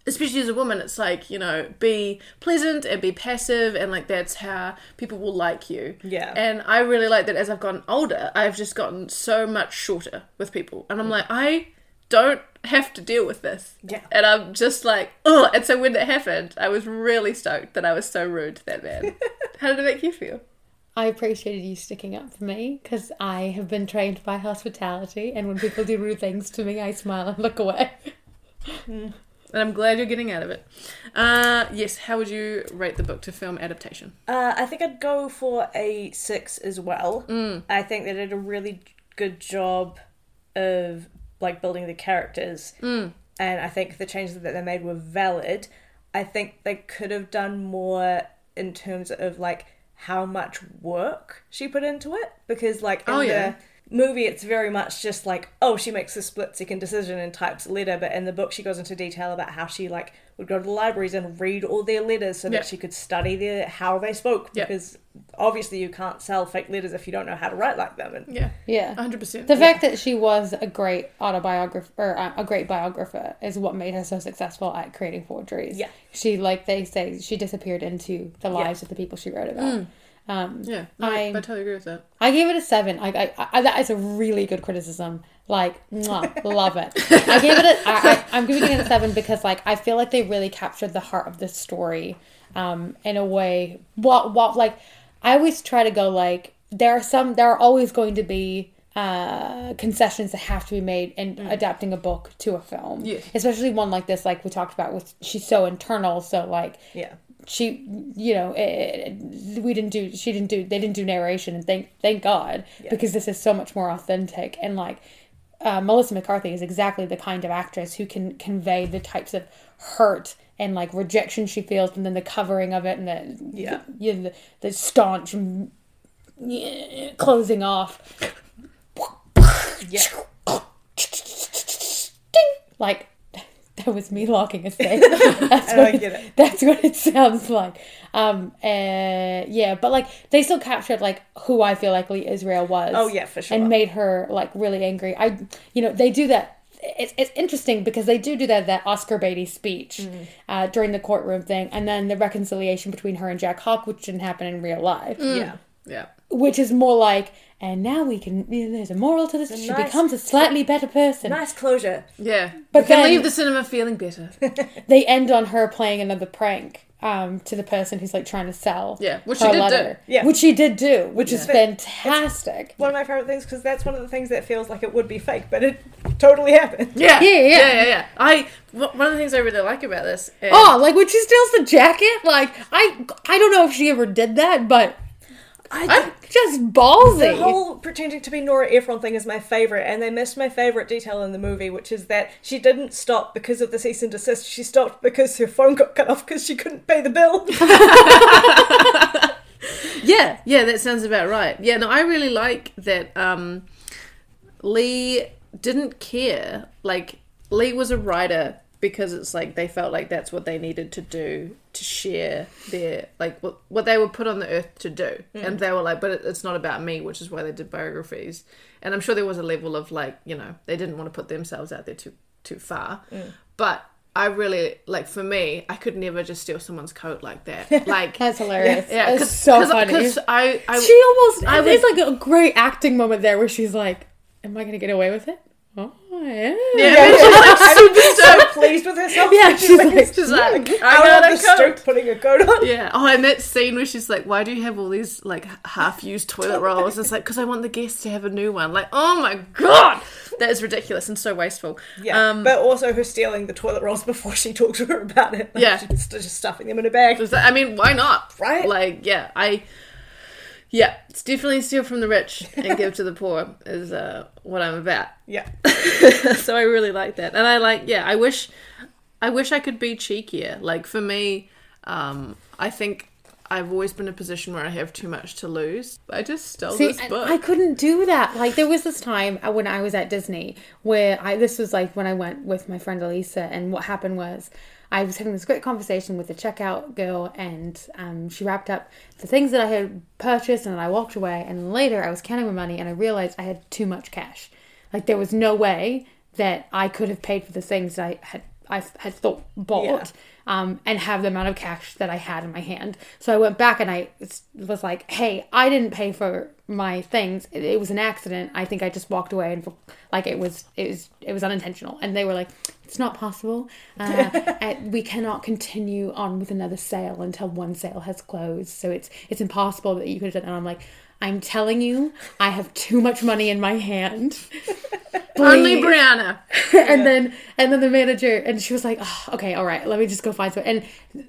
especially as a woman, it's like you know, be pleasant and be passive, and like that's how people will like you. Yeah. and I really like that as I've gotten older, I've just gotten so much shorter with people, and I'm like, I don't have to deal with this. Mm. Yeah. And I'm just like, oh. And so when it happened, I was really stoked that I was so rude to that man. How did it make you feel? I appreciated you sticking up for me because I have been trained by hospitality, and when people do rude things to me, I smile and look away. And I'm glad you're getting out of it. Uh, yes, how would you rate the book to film adaptation? Uh, I think I'd go for a six as well. Mm. I think they did a really good job of like building the characters, Mm. and I think the changes that they made were valid. I think they could have done more in terms of like how much work she put into it because like in Oh, yeah. the movie it's very much just like oh she makes a split second decision and types a letter but in the book she goes into detail about how she like would go to the libraries and read all their letters so Yeah. that she could study their how they spoke Yeah. because obviously you can't sell fake letters if you don't know how to write like them and Yeah, Yeah. 100%. The fact that she was a great autobiographer, or uh, a great biographer, is what made her so successful at creating forgeries. Yeah. She, like they say, she disappeared into the lives of the people she wrote about. Um, yeah, no, I, I- I totally agree with that. I gave it a seven. I, I, I that is a really good criticism. Like, mwah, love it. I gave it a. I, I, I'm giving it a seven because, like, I feel like they really captured the heart of the story, um, in a way. What what like, I always try to go like there are some there are always going to be uh concessions that have to be made in adapting a book to a film Yes. especially one like this like we talked about with she's so internal so like yeah she you know eh, we didn't do she didn't do they didn't do narration and thank thank god because this is so much more authentic and like uh, melissa mccarthy is exactly the kind of actress who can convey the types of hurt and like rejection she feels and then the covering of it and the Yeah. you know, the, the staunch mm, yeah, closing off yeah Ding! like that was me locking a safe. That's what I it- get it. That's what it sounds like. Um, uh, yeah, but like they still captured like who I feel like Lee Israel was. Oh, yeah, for sure. And made her like really angry. I, you know, they do that. It's, it's interesting because they do do that that Oscar Beatty speech Mm. uh, during the courtroom thing, and then the reconciliation between her and Jack Hawk, which didn't happen in real life Mm. yeah Yeah. which is more like and now we can you know, there's a moral to this she nice- becomes a slightly better person nice closure Yeah. But But can then- leave the cinema feeling better. they end on her playing another prank um, to the person who's like trying to sell Yeah, which she did do. Yeah. which she did do which is Yeah. fantastic one of my favorite things because that's one of the things that feels like it would be fake but it totally happened Yeah. Yeah, yeah, yeah. yeah, yeah. I wh- one of the things I really like about this. Is, oh like when she steals the jacket like i i don't know if she ever did that but i'm just ballsy The whole pretending to be Nora Ephron thing is my favorite, and they missed my favorite detail in the movie, which is that she didn't stop because of the cease and desist. She stopped because her phone got cut off because she couldn't pay the bill. yeah, yeah. That sounds about right. Yeah. No, I really like that. Um, Lee didn't care. Like Lee was a writer because it's like they felt like that's what they needed to do to share their like what, what they were put on the earth to do, Hmm. and they were like, but it, it's not about me, which is why they did biographies. And I'm sure there was a level of like you know they didn't want to put themselves out there too too far, Hmm. but. I really like for me, I could never just steal someone's coat like that. Like That's hilarious. Yeah, That's cause, so 'cause- funny. 'cause I, I, she almost I there's would- like a great acting moment there where she's like am i gonna get away with it oh yeah yeah, I mean, she's like super so stoked. pleased with herself. Yeah, she's like- She's like, I I out got on a the coat. stoop putting a coat on. Yeah. Oh, and that scene where she's like, "Why do you have all these like half-used toilet rolls?" It's like, "Cause I want the guests to have a new one." Like, oh my god, that is ridiculous and so wasteful. Yeah, Um, but also her stealing the toilet rolls before she talked to her about it. Like, Yeah. she's just stuffing them in a bag. Is that- I mean, why not? Right? Like, yeah, I, yeah, it's definitely steal from the rich and give to the poor is uh, what I'm about. Yeah, so I really like that, and I like yeah. I wish, I wish I could be cheekier. Like for me, um, I think I've always been in a position where I have too much to lose. I just stole See, this and book. I couldn't do that. Like there was this time uh, when I was at Disney where I this was like when I went with my friend Elisa, and what happened was I was having this great conversation with the checkout girl, and um, she wrapped up the things that I had purchased, and I walked away. And later, I was counting my money, and I realized I had too much cash. Like there was no way that I could have paid for the things that I had I had thought bought Yeah. um, and have the amount of cash that I had in my hand. So I went back and I s- was like, "Hey, I didn't pay for my things. It, it was an accident. I think I just walked away and like it was it was it was unintentional." And they were like, "It's not possible. Uh, and we cannot continue on with another sale until one sale has closed. So it's it's impossible that you could have done." That. And I'm like. I'm telling you, I have too much money in my hand. Only Please." Brianna. and then and then the manager and she was like oh, okay all right let me just go find someone and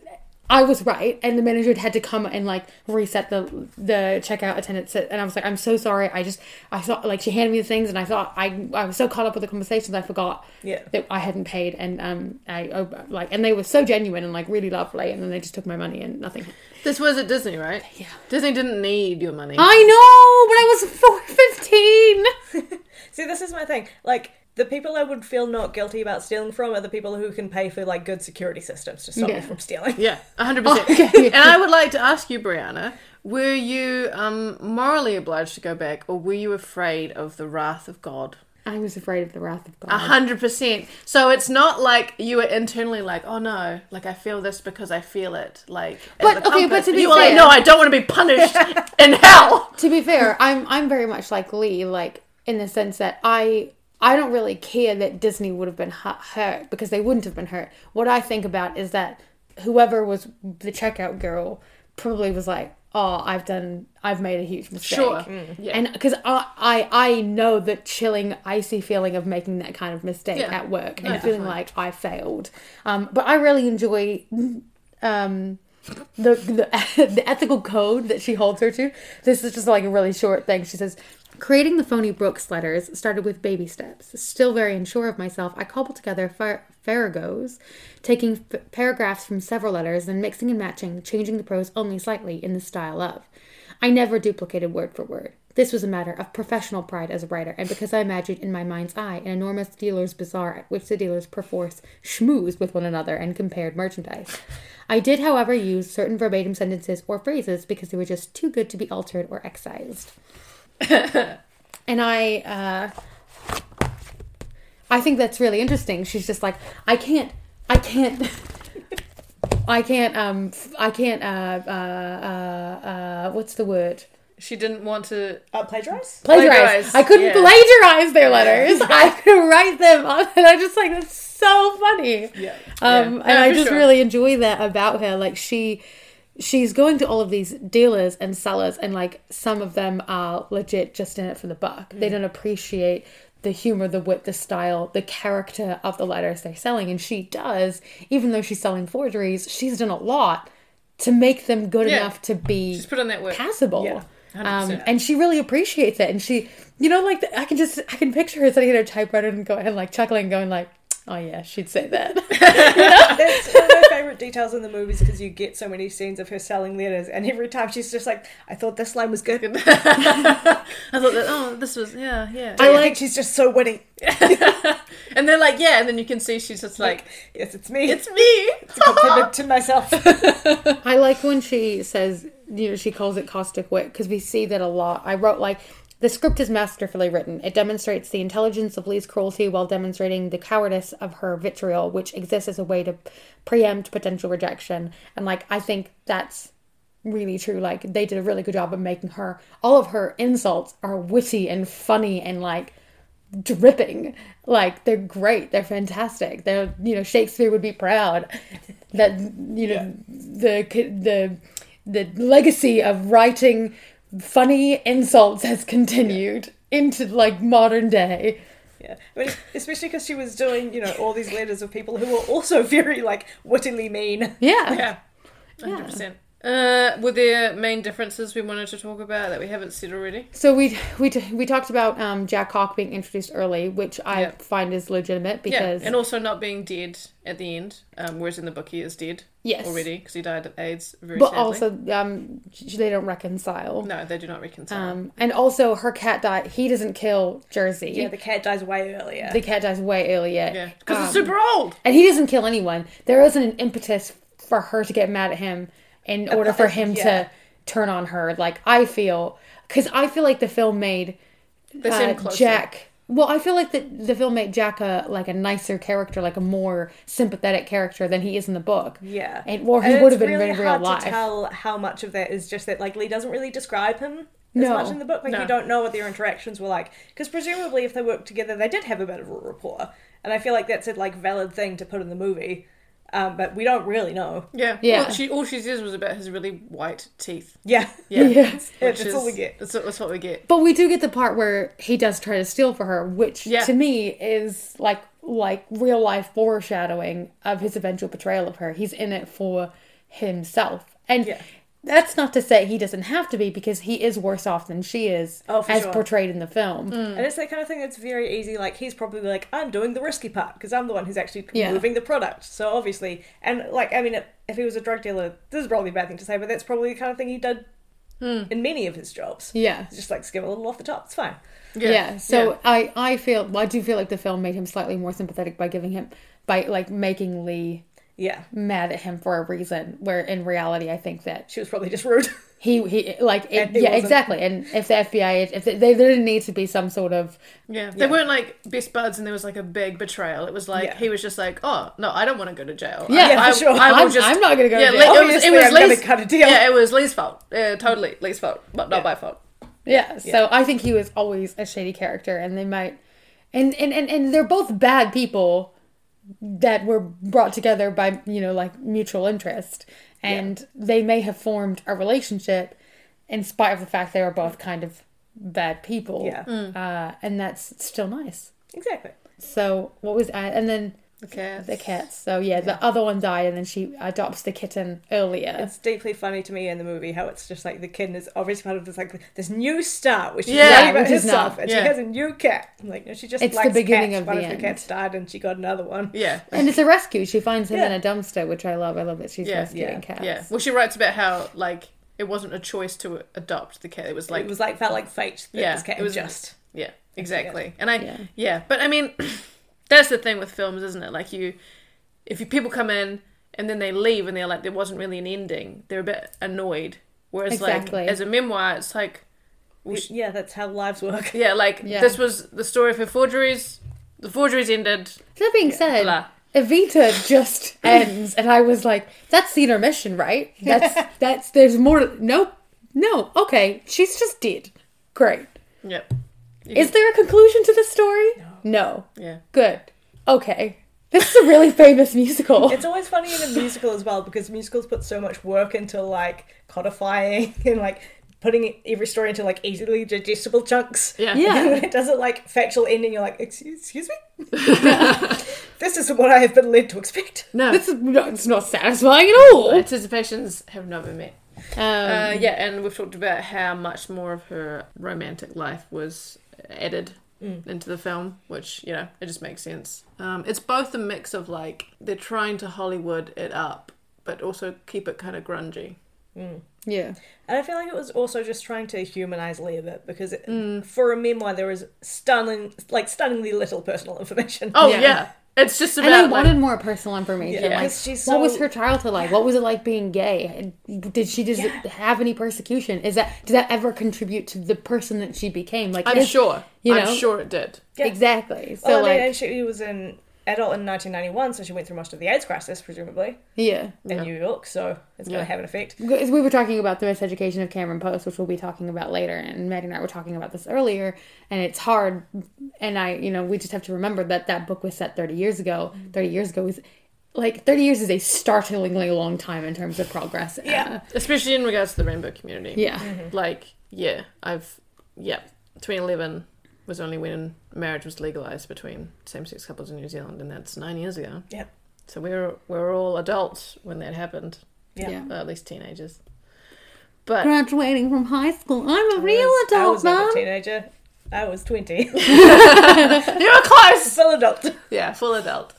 i was right and the manager had to come and like reset the the checkout attendant and i was like i'm so sorry i just i thought like she handed me the things and i thought i i was so caught up with the conversations i forgot Yeah. that i hadn't paid and um i oh, like and they were so genuine and like really lovely and then they just took my money and nothing This was at Disney, right? Yeah. Disney didn't need your money. i know but i was 415 See, this is my thing. Like, the people I would feel not guilty about stealing from are the people who can pay for, like, good security systems to stop Yeah. me from stealing. Yeah, 100%. Oh, Okay. And I would like to ask you, Brianna, were you um, morally obliged to go back or were you afraid of the wrath of God? i was afraid of the wrath of god A hundred percent. So it's not like you were internally like, oh no, like I feel this because I feel it. Like, But, as a okay, but compass. to be you were like, fair- no, I don't want to be punished in hell. to be fair, I'm I'm very much like Lee, like in the sense that I I don't really care that Disney would have been hu- hurt because they wouldn't have been hurt. What I think about is that whoever was the checkout girl probably was like, "Oh, I've done, I've made a huge mistake." Sure. Mm, yeah. And because I, I I know the chilling, icy feeling of making that kind of mistake Yeah. at work No, and feeling like I failed. Um, but I really enjoy um the, the the ethical code that she holds her to. This is just like a really short thing. She says, "Creating the phony Brooks letters started with baby steps. Still very unsure of myself, I cobbled together far- farragos, taking f- paragraphs from several letters and mixing and matching, changing the prose only slightly in the style of. I never duplicated word for word." This was a matter of professional pride as a writer, and because I imagined in my mind's eye an enormous dealer's bazaar at which the dealers perforce schmoozed with one another and compared merchandise. I did, however, use certain verbatim sentences or phrases because they were just too good to be altered or excised. and I, uh, I think that's really interesting. She's just like, I can't, I can't. I can't, um, f- I can't, uh, uh, uh, uh, what's the word? She didn't want to. Uh, plagiarize? plagiarize. Plagiarize, I couldn't yeah. plagiarize their letters. I could write them up, and I'm just like, that's so funny. Yeah. Um, Yeah. and Yeah, I for just sure. really enjoy that about her. Like she, she's going to all of these dealers and sellers, and like some of them are legit just in it for the buck. They Mm. don't appreciate the humor, the wit, the style, the character of the letters they're selling, and she does. Even though she's selling forgeries, she's done a lot. To make them good Yeah. enough to be She's put in that work. passable. Yeah, Um, and she really appreciates it. And she, you know, like I can just, I can picture her sitting at her typewriter and going, and like chuckling, going like, oh yeah, she'd say that. That's one of my favourite details in the movies because you get so many scenes of her selling letters, and every time she's just like, I thought this line was good. I I thought that, oh, this was, yeah, yeah. think she's just so witty. and they're like, yeah. And then you can see she's just like, Like, yes, it's me. it's me. a compliment to myself. I like when she says, you know, she calls it caustic wit because we see that a lot. I wrote like, the script is masterfully written. It demonstrates the intelligence of Lee's cruelty while demonstrating the cowardice of her vitriol, which exists as a way to preempt potential rejection. And like, I think that's really true. Like, they did a really good job of making her, all of her insults are witty and funny and like, dripping. Like they're great. They're fantastic. They're you know Shakespeare would be proud that you know the the the legacy of writing funny insults has continued into like modern day. Yeah, I mean, especially because she was doing, you know, all these letters of people who were also very like wittily mean. Yeah. Yeah. 100%. Uh, were there main differences we wanted to talk about that we haven't said already? So we we t- we talked about um, Jack Hawk being introduced early, which I Yeah. find is legitimate because yeah, and also not being dead at the end, um, whereas in the book he is dead Yes. already because he died of AIDS. Very but sadly. also um, sh- they don't reconcile. no, they do not reconcile. Um, and also her cat died. He doesn't kill Jersey. Yeah, the cat dies way earlier. the cat dies way earlier. yeah, because it's um, super old. And he doesn't kill anyone. There isn't an impetus for her to get mad at him in order for him yeah. to turn on her. Like I feel, because I feel like the film made They uh, seem closer. Jack. Well, I feel like the the film made Jack a like a nicer character, like a more sympathetic character than he is in the book. yeah, and or he And would it's have been really in real hard life. To tell how much of that is just that, like Lee doesn't really describe him as No. much in the book. Like No. you don't know what their interactions were like, because presumably if they worked together, they did have a bit of a rapport. And I feel like that's a like valid thing to put in the movie, um, but we don't really know. Yeah, Yeah. All she all she says was about his really white teeth. Yeah, Yeah, Yes. Yeah, Which that's all we get. That's, that's what we get. But we do get the part where he does try to steal for her, which Yeah. to me is like like real life foreshadowing of his eventual betrayal of her. He's in it for himself. And Yeah. that's not to say he doesn't have to be because he is worse off than she is Oh, for as sure. Mm. portrayed in the film. and it's that kind of thing that's very easy. Like he's probably like, I'm doing the risky part because I'm the one who's actually Yeah. moving the product. So obviously, and like I mean, if- if he was a drug dealer, this is probably a bad thing to say, but that's probably the kind of thing he did in many of his jobs. Hmm. Yeah. It's just like skim a little off the top. It's fine. Yeah, yeah so i i feel i do feel like the film made him slightly more sympathetic by giving him by like making lee Yeah, mad at him for a reason where in reality i think that she was probably just rude. he he like it- And he yeah wasn't. exactly and if the fbi if they, they didn't need to be some sort of Yeah, they weren't like best buds, and there was like a big betrayal. It was like Yeah. he was just like, "Oh no, I don't want to go to jail. Yeah, I, for I- sure. I will I'm- just, I'm not gonna go to jail. like, Obviously, I'm gonna cut a deal. Yeah, it was Lee's fault. Uh, totally Lee's fault, but not my fault. yeah, so i think he was always a shady character and they might and and and, and they're both bad people that were brought together by you know like mutual interest and they may have formed a relationship in spite of the fact they were both kind of bad people Yeah. uh, and that's still nice exactly. so what was I, and then Okay, the cats so yeah, the other one died and then she adopts the kitten earlier It's deeply funny to me in the movie how it's just like the kid is obviously part of this like this new start, which she's Yeah, yeah, about which is herself, not- and yeah. she has a new cat. I'm like, no, she just It's the likes beginning cats. of one the of her end. cats died, and she got another one. yeah. and it's a rescue. She finds him Yeah. in a dumpster, which I love. I love that she's Yeah, rescuing yeah, cats. Yeah. Well, she writes about how like it wasn't a choice to adopt the cat. It was like It was like felt like fate. That Yeah, this cat it was- just. yeah, exactly. And I Yeah. yeah. but I mean, that's the thing with films, isn't it? Like you, if you, people come in and then they leave and they're like there wasn't really an ending, they're a bit annoyed. Whereas Exactly. like as a memoir, it's like we sh- Yeah, that's how lives work. yeah, like Yeah. this was the story of her forgeries. The forgeries ended. That being said, Blah. Evita just ends, and I was like, "That's the intermission, right? That's that's there's more. Nope, no. Okay, she's just dead. Great. Yep. Is there a conclusion to the story? No. Yeah. Good. Okay. This is a really famous musical. It's always funny in a musical as well because musicals put so much work into like codifying and like putting every story into like easily digestible chunks. Yeah. Yeah. And when it doesn't like factual ending, you're like, excuse, excuse me? this isn't what I have been led to expect. No. this is not, it's not satisfying at all. Um, Anticipations have not been met. Uh, yeah, and we've talked about how much more of her romantic life was added Mm. into the film, which you know it just makes sense. Um, it's both a mix of like they're trying to Hollywood it up, but also keep it kind of grungy. yeah. And I feel like it was also just trying to humanize Lee a bit because it, Mm. for a memoir there was stunning, like stunningly little personal information. Oh Yeah. yeah, it's just about And I like- wanted more personal information. Yeah. Like, Because she's what was so- her childhood like? What was it like being gay? And Did she just have any persecution? Is that did that ever contribute to the person that she became? Like, I'm is- sure. you know? I'm sure it did. exactly. So Well, Oh, I mean, like, and she was an adult in 1991, so she went through most of the AIDS crisis, presumably, yeah. in New York. So it's going Yeah. to have an effect. Because we were talking about the miseducation of Cameron Post, which we'll be talking about later, and Maddie and I were talking about this earlier, and it's hard. And I, you know, we just have to remember that that book was set 30 years ago. Mm-hmm. 30 years ago is like 30 years is a startlingly long time in terms of progress. Yeah. especially in regards to the rainbow community. Yeah. like yeah, I've yeah, 2011 was only when marriage was legalized between same-sex couples in New Zealand, and that's nine years ago. Yep. So we were we were all adults when that happened, Yeah. Yeah. or at least teenagers. But Graduating from high school. I'm a real was- I adult, was not a mum. teenager. I was 20. you were close. Still adult. Yeah, full adult.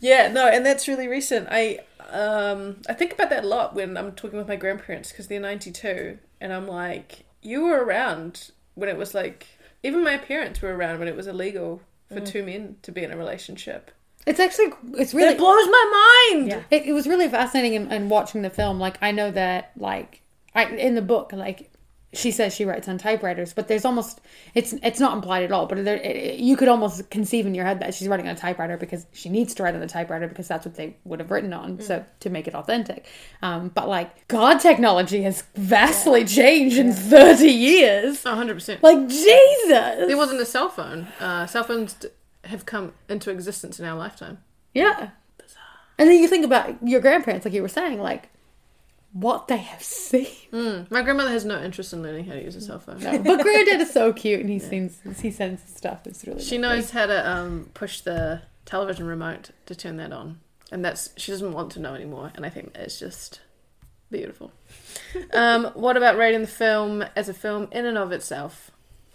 Yeah, no, and that's really recent. I um I think about that a lot when I'm talking with my grandparents because they're 92 and I'm like you were around when it was like even my parents were around when it was illegal for two men to be in a relationship. It's actually, it's It really. blows my mind. Yeah. It, it was really fascinating in, in watching the film. Like I know that like I in the book like she says she writes on typewriters, but there's almost it's it's not implied at all. But there, it, it- you could almost conceive in your head that she's writing on a typewriter because she needs to write on a typewriter because that's what they would have written on. So to make it authentic, um, but like God, technology has vastly changed in thirty years. Oh, 100%. Like Jesus, there wasn't a cell phone. Uh, cell phones d- have come into existence in our lifetime. Yeah. And then you think about your grandparents, like you were saying, like what they have seen. My grandmother has no interest in learning how to use a cell phone. but Granddad is so cute, and he sings, he sends his stuff. It's really She knows how to um, push the television remote to turn that on, and that's she doesn't want to know anymore. And I think that is just beautiful. um, what about rating the film as a film in and of itself?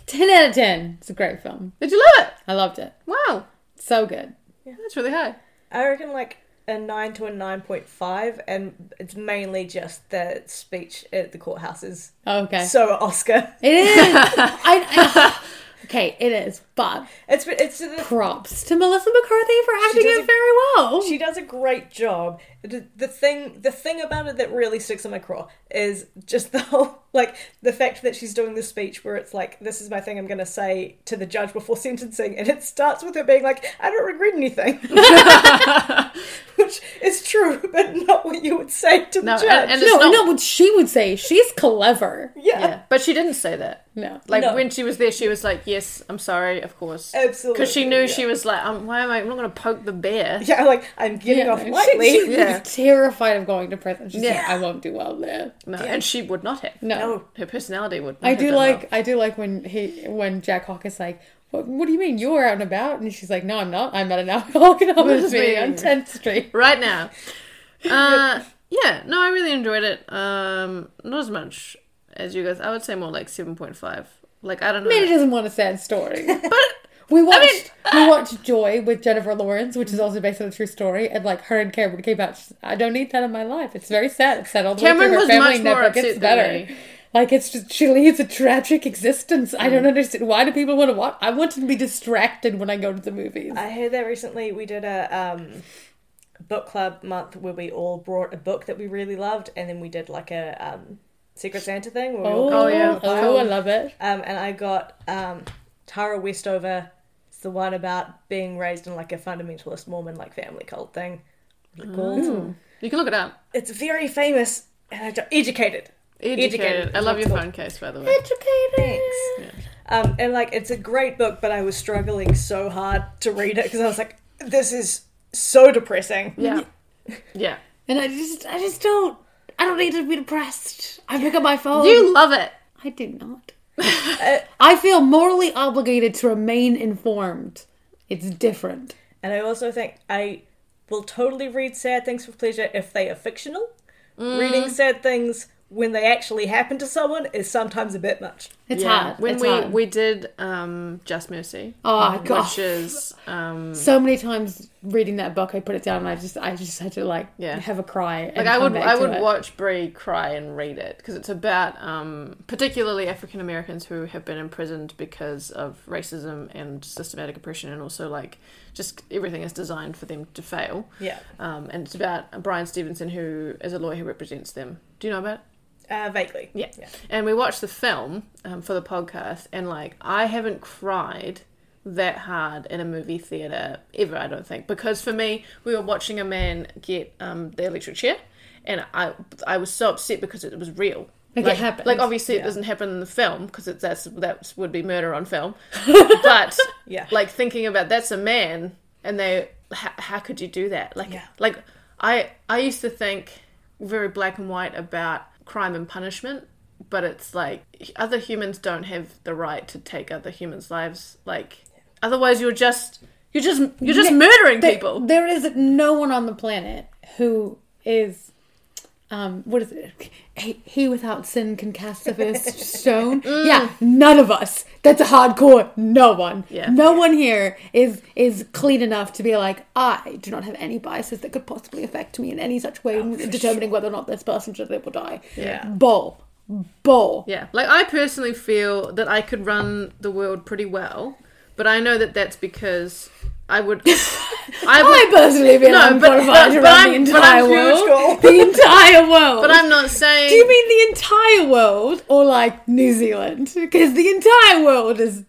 ten out of ten. It's a great film. Did you love it? I loved it. Wow, So good. that's really high. I reckon like a 9 to a 9.5, and it's mainly just the speech at the courthouse is Oh, Okay, so Oscar. it is. I, I, okay, it is. But It's it's props to Melissa McCarthy for acting does it a- very well. she does a great job. The the thing the thing about it that really sticks in my craw is just the whole like the fact that she's doing this speech where it's like this is my thing I'm going to say to the judge before sentencing, and it starts with her being like I don't regret anything, which is true, but not what you would say to the No, and- judge. and it's no, not- no. What she would say, she's clever. yeah, Yeah, but she didn't say that. No, Like No. when she was there, she was like, "Yes, I'm sorry, of course," absolutely, because she knew yeah. she was like, um, "Why am I? I'm not going to poke the bear." Yeah, like I'm getting off lightly. she, she was Yeah. terrified of going to prison. She's Yeah. like, I won't do well there. No, and she would not have. No. No. her personality would. Not I have do done well. like I do like when he when Jack Hawk is like, what, what do you mean you were out and about? And she's like, No, I'm not. I'm at an alcoholic anonymous What meeting does on it Tenth Street. right now. Uh, yeah, no, I really enjoyed it. Um, not as much as you guys. I would say more like seven point five. Like I don't know. Manny doesn't want a sad story. but We watched we watched Joy with Jennifer Lawrence, which is also based on a true story, and like her and Cameron came out. She's, I don't need that in my life. It's very sad. It's sad all the Cameron way was through. Her family much more never upset gets than better. me. Like it's just she leads a tragic existence. I don't understand why do people want to watch. I want to be distracted when I go to the movies. I heard that recently we did a um, book club month where we all brought a book that we really loved, and then we did like a um, Secret Santa thing. Where we all Oh, yeah. oh, I love it. um, and I got um, Tara Westover. It's the one about being raised in like a fundamentalist Mormon like family cult thing. What is it called? you can look it up. It's very famous and I don't- educated. Educated. Educated. I love your phone case, by the way. Thanks. Um, and like, it's a great book, but I was struggling so hard to read it because I was like, this is so depressing. Yeah, yeah. And I just, I just don't, I don't need to be depressed. I pick up my phone. You love it. I do not. I feel morally obligated to remain informed. It's different. And I also think I will totally read sad things for pleasure if they are fictional. Mm. Reading sad things when they actually happen to someone is sometimes a bit much. It's yeah. hard. When it's we hard. we did um Just Mercy, oh which gosh, is um so many times reading that book, I put it down and I just, I just had to like Yeah. have a cry. And like I come would back I to would it. watch Brie cry and read it because it's about um, particularly African Americans who have been imprisoned because of racism and systematic oppression and also like just everything is designed for them to fail. Yeah. Um, and it's about Brian Stevenson who is a lawyer who represents them. Do you know about? It? Uh, vaguely. Yeah. And we watched the film um, for the podcast, and like I haven't cried that hard in a movie theater ever. I don't think because for me, we were watching a man get um, the electric chair, and I I was so upset because it was real. Like, it happened. Like obviously it doesn't happen in the film because it's that's that would be murder on film, but Yeah. like thinking about that's a man, and they how, how could you do that? Like Yeah. like I I used to think very black and white about crime and punishment, but it's like other humans don't have the right to take other humans' lives. Like otherwise, you're just you're just you're just Yeah, murdering there- people. There is no one on the planet who is um, what is it? He, he without sin can cast the first stone. Mm. Yeah, none of us. That's a hardcore. No one. Yeah. No one here is is clean enough to be like, I do not have any biases that could possibly affect me in any such way in determining whether or not this person should live or die. Oh, Yeah. Bull. Bull. Yeah, like I personally feel that I could run the world pretty well, but I know that that's because I would. I I would. personally feel No, but- unqualified but- to run but the I'm- but entire I'm world. neutral. The entire world. but I'm not saying. Do you mean the entire world or like New Zealand? Because the entire world is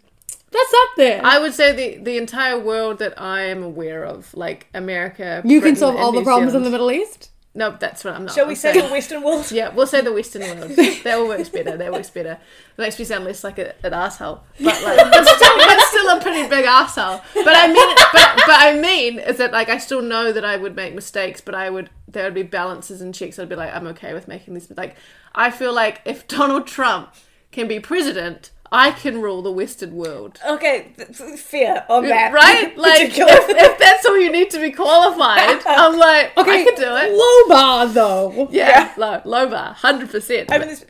that's up there. I would say the the entire world that I am aware of, like America. you Britain, can solve and all the New problems in Zealand. the Middle East. No, that's what I'm not. Shall I'm we say saying- the Western world? Yeah, we'll say the Western world. that all works better. That works better. It makes me sound less like a, an asshole, but like, but still, but still a pretty big asshole. But I mean, but, but I mean is that like I still know that I would make mistakes, but I would there would be balances and checks. I'd be like, I'm okay with making these. Like, I feel like if Donald Trump can be president, I can rule the Western world. Okay, th- th- fair on that. Right? Like, if, Particular. if that's all you need to be qualified, I'm like, okay, I can do it. Low bar though. Yeah, low, low bar, 100%. I mean, this,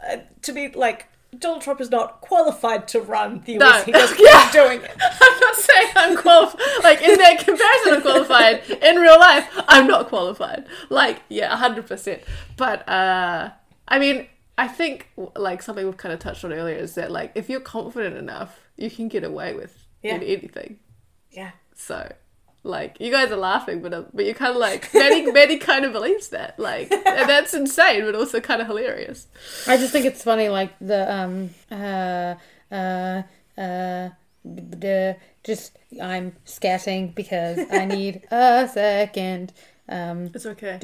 uh, to be like, Donald Trump is not qualified to run the No. US. He just Yeah. keeps doing it. I'm not saying I'm qualified. Like in that comparison, I'm qualified. In real life, I'm not qualified. Like yeah, hundred percent. But uh, I mean, I think like something we've kind of touched on earlier is that like if you're confident enough, you can get away with Yeah. an- anything. Yeah. So. Like you guys are laughing, but uh, but you're kind of like Maddie. Maddie kind of believes that, like, and that's insane, but also kind of hilarious. I just think it's funny, like the um uh uh uh the just I'm scatting because I need a second. Um It's okay.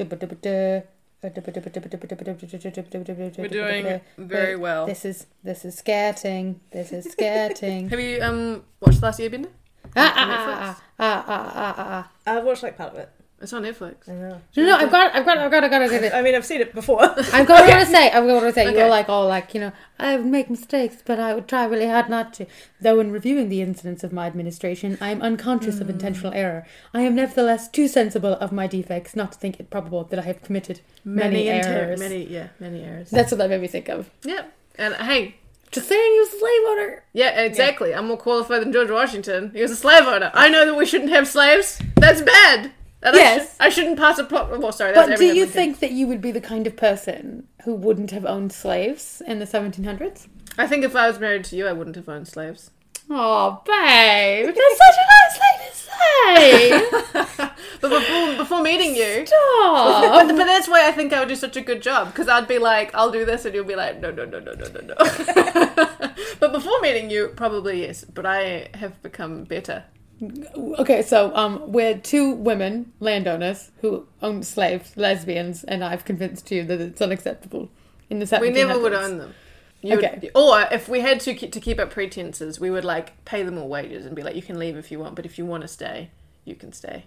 We're doing very well. This is this is scatting. This is scatting. Have you um watched Last Airbender? ah, ah, On Netflix? ah, ah, ah, ah, ah, I've watched like part of it. It's on Netflix. ah. No, no, I've got, I've got, I've got, I've got, I've got, I've got, I mean, I've seen it before. I've got what to say. I've got what to say. Okay. You're like, oh, like you know, I would make mistakes, but I would try really hard not to. Though in reviewing the incidents of my administration, I am unconscious Mm. of intentional error. I am nevertheless too sensible of my defects not to think it probable that I have committed many, inter- errors. many yeah, many errors. That's what that made me think of. Yeah, and hey, Just saying, he was a slave owner. yeah, exactly. I'm more qualified than George Washington. He was a slave owner. I know that we shouldn't have slaves. That's bad. And I Yes. should- I, shouldn't pass a plot. Well, sorry. That's But do Abraham you Lincoln. think that you would be the kind of person who wouldn't have owned slaves in the 1700s? I think if I was married to you, I wouldn't have owned slaves. Oh, babe, that's such a nice thing to say. But before before meeting you. But, Stop. but that's why I think I would do such a good job because I'd be like, I'll do this, and you'll be like, no, no, no, no, no, no, no. but before meeting you, probably yes. But I have become better. okay, so um, we're two women landowners who owned slaves, lesbians, and I've convinced you that it's unacceptable in the 1700s. We never would own them. You would- Okay. or if we had to keep, to keep up pretenses, we would like pay them all wages and be like, you can leave if you want, but if you want to stay, you can stay.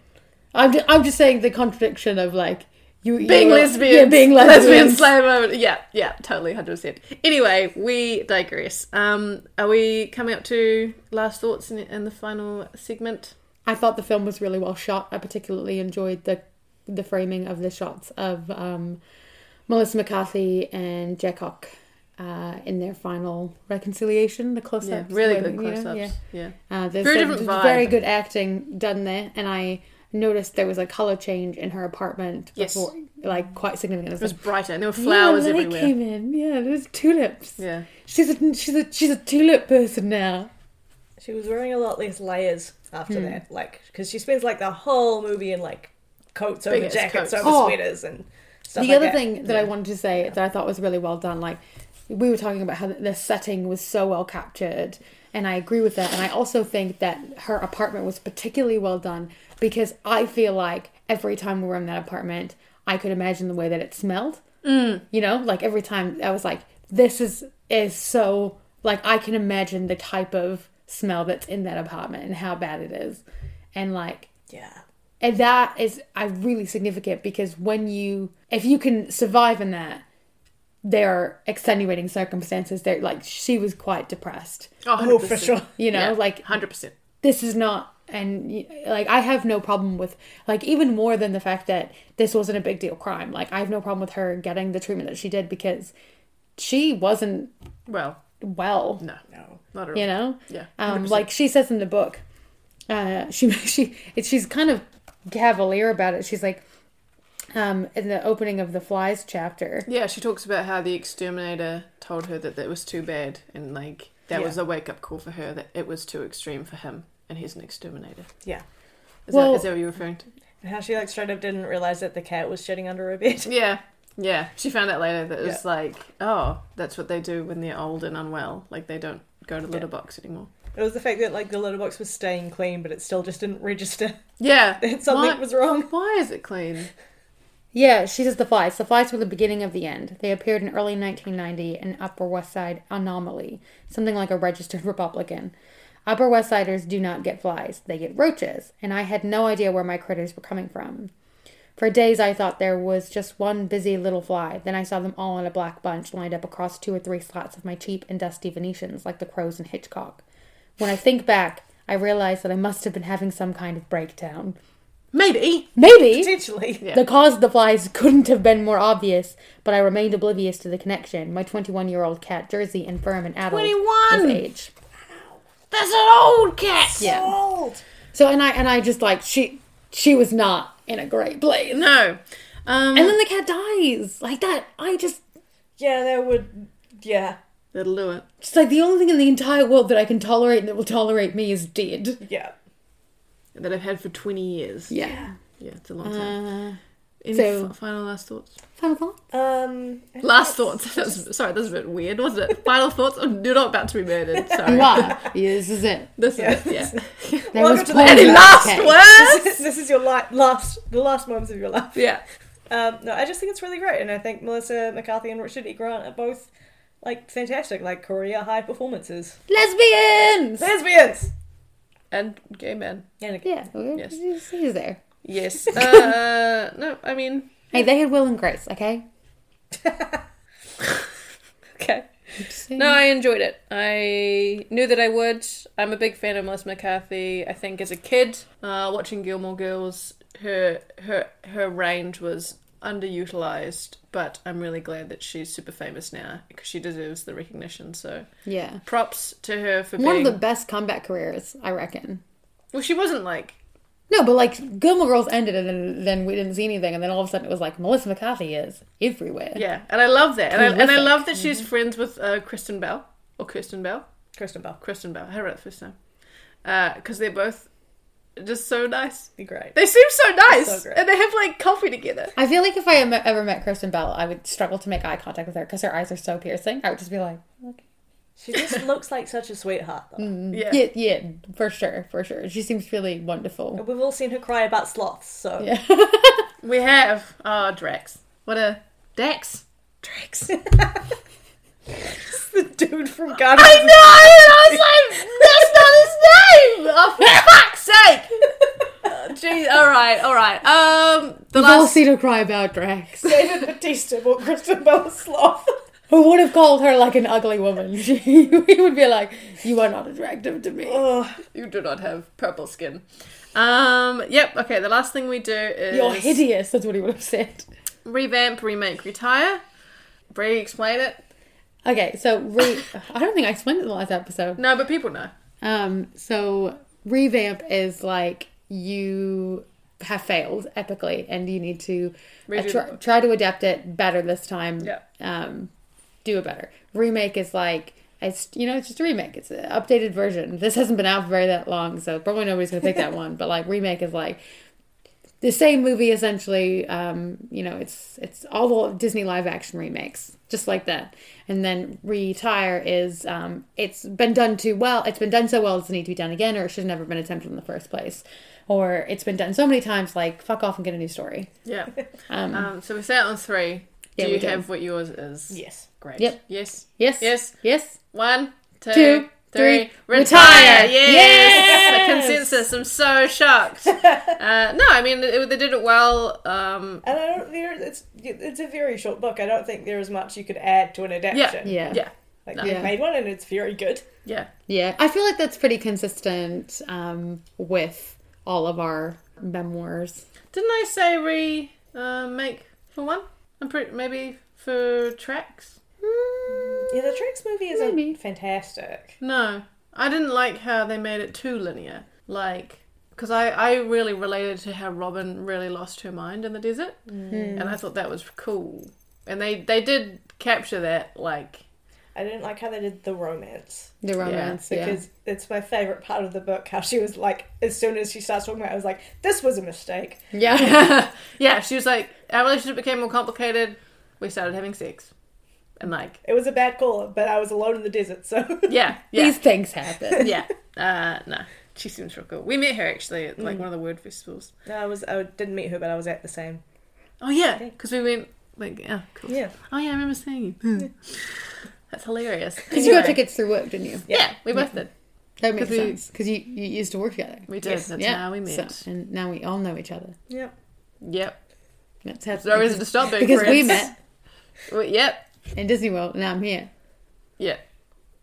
I'm, ju- I'm just saying the contradiction of like you you Being were- lesbian, yeah, being lesbians. lesbian slave owner. Yeah, yeah, totally, hundred percent. Anyway, we digress. Um, are we coming up to last thoughts in, in the final segment? I thought the film was really well shot. I particularly enjoyed the the framing of the shots of um, Melissa McCarthy and Jack Hawk uh, in their final reconciliation. The close Yeah, ups, really good close-ups. yeah. Uh, there's Very some different vibe. very good acting done there, and I noticed there was a color change in her apartment. Yes. Before, like quite significant. It was brighter and there were flowers yeah, light everywhere. Came in, yeah. There's tulips. Yeah. she's a she's a she's a tulip person now. she was wearing a lot less layers after that. Like, because she spends like the whole movie in like coats over Biggest jackets coats. over Oh. sweaters and stuff the like other that. thing that I wanted to say that I thought was really well done, like we were talking about how the setting was so well captured, and I agree with that. And I also think that her apartment was particularly well done because I feel like every time we were in that apartment, I could imagine the way that it smelled. Mm. You know, like every time I was like, "This is is so like I can imagine the type of smell that's in that apartment and how bad it is," and like Yeah. and that is uh, really significant because when you, if you can survive in that, there are extenuating circumstances. There, like she was quite depressed. Oh, Oh, for 100%. sure. You know, like hundred percent. this is not and y- like I have no problem with like even more than the fact that this wasn't a big deal crime. Like I have no problem with her getting the treatment that she did because she wasn't Well, well. no, No. not at all. You know? Yeah, Um, like she says in the book, uh, she she it, she's kind of cavalier about it. She's like, um, in the opening of the flies chapter, Yeah, she talks about how the exterminator told her that that was too bad, and like that was a wake up call for her that it was too extreme for him, and he's an exterminator. Yeah. Is, Well- that, is that what you're referring to? And how she like straight up didn't realize that the cat was shitting under her bed. Yeah, yeah. She found out later that it was Yeah. like, oh, that's what they do when they're old and unwell. Like they don't go to litter box anymore. It was the fact that like the litter box was staying clean, but it still just didn't register. Yeah, Something why, was wrong. Why is it clean? Yeah, she says the flies. The flies were the beginning of the end. They appeared in early 1990 in Upper West Side anomaly, something like a registered Republican. Upper West Siders do not get flies, they get roaches, and I had no idea where my critters were coming from. For days, I thought there was just one busy little fly. Then I saw them all in a black bunch lined up across two or three slots of my cheap and dusty Venetians, like the crows in Hitchcock. When I think back, I realize that I must have been having some kind of breakdown. Maybe. Maybe! Potentially. The cause of the flies couldn't have been more obvious, but I remained oblivious to the connection. My 21 year old cat, Jersey, infirm and adult. 21! With age. That's an old cat. Yeah. Old. So, and I, and I just like, she, she was not in a great place. No. Um, And then the cat dies. Like that. I just, Yeah, that would. Yeah. that'll do it. it's like the only thing in the entire world that I can tolerate and that will tolerate me is dead. Yeah. That I've had for twenty years. Yeah. Yeah, it's a long Uh, time. Uh, Any so- fi- final last thoughts? Final thought? Um. Last thoughts. That was, sorry, that was a bit weird, wasn't it? Final thoughts. Oh, you're not about to be murdered. Sorry. Ah, yeah, this is it. This is it. Yeah. There Welcome was to the poison Any in last cat. words. this is your li- last, the last moments of your life. Yeah. Um, no, I just think it's really great, and I think Melissa McCarthy and Richard E. Grant are both like fantastic, like career high performances. Lesbians! Lesbians. And gay men. And Yeah, Yes. he's, he's there. Yes. Uh, no, I mean, Hey, they had Will and Grace, okay? okay. No, I enjoyed it. I knew that I would. I'm a big fan of Melissa McCarthy. I think as a kid, uh, watching Gilmore Girls, her her her range was underutilized. But I'm really glad that she's super famous now because she deserves the recognition. So Yeah. props to her for One of being. the best comeback careers, I reckon. Well, she wasn't like No, but like Gilmore Girls ended, and then, then we didn't see anything, and then all of a sudden it was like Melissa McCarthy is everywhere. yeah, and I love that, and I, and I Prolific. love that she's Mm-hmm. friends with uh, Kristen Bell or Kirsten Bell. Kristen Bell. Kristen Bell. I had it the first time. Because they're Uh, both just so nice. Be great. They seem so nice. great. and they have like coffee together. I feel like if I em- ever met Kristen Bell, I would struggle to make eye contact with her because her eyes are so piercing. I would just be like, okay. She just looks like such a sweetheart. Though. Mm. Yeah. yeah, yeah, for sure, for sure. She seems really wonderful. We've all seen her cry about sloths, so Yeah. We have. Oh, Drax. What a. Dax. Drax. I the dude from know! Guardians. And I was like, that's not his name! Oh, for fuck's sake! Jeez, alright, alright. Um, the We've all last. seen her cry about Drax. David Batista bought Kristen Bell a sloth. Who would have called her like an ugly woman? She we would be like, you are not attractive to me. You do not have purple skin. Um, yep, okay, the last thing we do is. You're hideous. That's what he would have said. Revamp, remake, retire. Bree, explain it. Okay, so re- I don't think I explained it in the last episode. No, but people know. Um, so revamp is like you have failed epically, and you need to uh, Redo the try, book. try to adapt it better this time. Yeah. Um, do it better. Remake is like it's you know it's just a remake. It's an updated version. This hasn't been out for very that long, so probably nobody's gonna pick that one. But like remake is like the same movie essentially um you know it's it's all the disney live action remakes just like that and then retire is um it's been done too well it's been done so well it doesn't need to be done again or it should have never been attempted in the first place or it's been done so many times like fuck off and get a new story Yeah. Um, so we say it on three. Yeah, do we you do. have what yours is? Yes. Great. Yep. Yes. yes Yes. yes One, two, three. Two, three. Retire. Retire. Yes. Yes. The consensus. I'm so shocked. uh, no, I mean it, they did it well. Um, And I don't. There, it's it's a very short book. I don't think there is much you could add to an yeah. adaptation. Yeah. Yeah. Like No. they've Yeah. made one and it's very good. Yeah. Yeah, I feel like that's pretty consistent um, with all of our memoirs. Didn't I say re uh, make for one? I'm pretty maybe for tracks. Yeah, the Tricks movie is Maybe. a fantastic. No, I didn't like how they made it too linear. Like, because I I really related to how Robin really lost her mind in the desert, and I thought that was cool. And they they did capture that like I didn't like how they did the romance The romance, yeah. because it's my favorite part of the book. How she was like, as soon as she starts talking about, it, I was like, this was a mistake. yeah. yeah. She was like, our relationship became more complicated. We started having sex, and like It was a bad call, but I was alone in the desert, so yeah yeah These things happen. yeah. Uh, no, she seems real cool. We met her actually at Mm. like one of the word festivals. no, I was I didn't meet her, but I was at the same. Oh yeah, because we went like yeah, cool. Yeah. Oh yeah, I remember seeing you. That's hilarious. Because you got Anyway. tickets through work, didn't you? Yeah, we both did. That makes 'Cause we- sense. Because you, you used to work together. We did. That's yeah. how we met. So- and now we all know each other. Yep. Yep. That's how No reason to stop being Because we friends. met We- Yep. in Disney World, and now I'm here. Yep.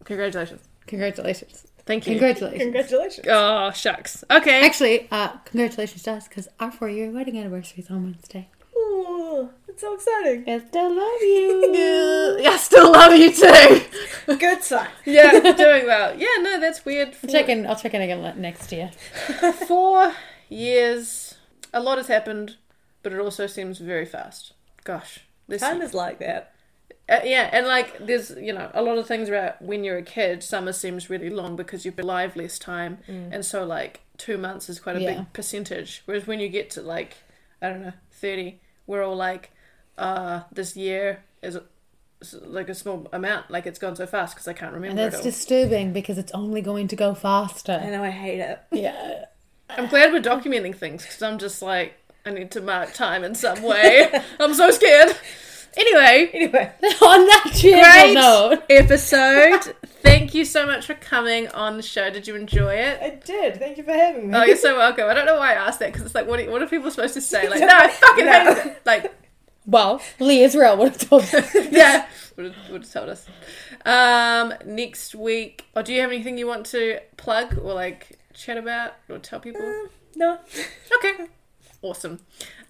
Congratulations. Congratulations. Thank you. Congratulations. Congratulations. oh shucks. Okay. Actually, uh, congratulations to us because our four year wedding anniversary is on Wednesday. Ooh, it's so exciting. I still love you. yeah, I still love you too. Good sign. Yeah, doing well. Yeah, no, that's weird. Four, check in, I'll check in again le- next year. four years. A lot has happened, but it also seems very fast. Gosh, this Time is like that. Uh, yeah, and like there's you know a lot of things about when you're a kid, summer seems really long because you've been alive less time, and so like two months is quite a Mm. Yeah. big percentage. Whereas when you get to like I don't know thirty, we're all like, uh, this year is is like a small amount, like it's gone so fast because I can't And remember it that's all. disturbing because it's only going to go I faster. know I hate it. Yeah. I'm glad we're documenting things because I'm just like I need to mark time in some way. I'm so scared. Anyway, Anyway, On that cheerful great note. episode. Thank you so much for coming on the show. Did you enjoy it? I did. Thank you for having me. Oh, you're so welcome. I don't know why I asked that because it's like, what are, what are people supposed to say? Like, no, I fucking hate it. Like, Well, Lee Israel would have told us. yeah, would have, would have told us. Um, next week, or do you have anything you want to plug or like chat about or tell people? No. Okay. Awesome.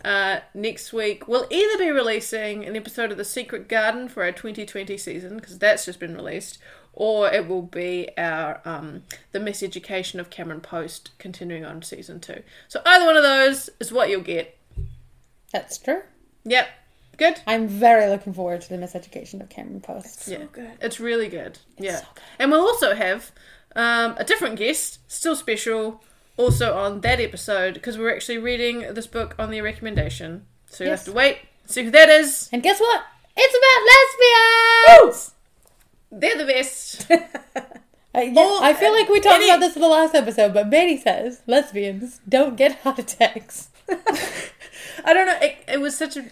Uh, next week, we'll either be releasing an episode of The Secret Garden for our 2020 season, because that's just been released, or it will be our um, The Miseducation of Cameron Post continuing on season two. So either one of those is what you'll get. That's true. Yep. Good? I'm very looking forward to the miseducation of Cameron Post. yeah. It's really good. yeah. And we'll also have um, a different guest, still special, also on that episode, because we're actually reading this book on their recommendation. So you will Yes. have to wait, see who that is. And guess what? It's about lesbians! They're the best. Uh, yeah, I feel like we talked about this in the last episode, but Manny says lesbians don't get heart attacks. I don't know. It, it was such a,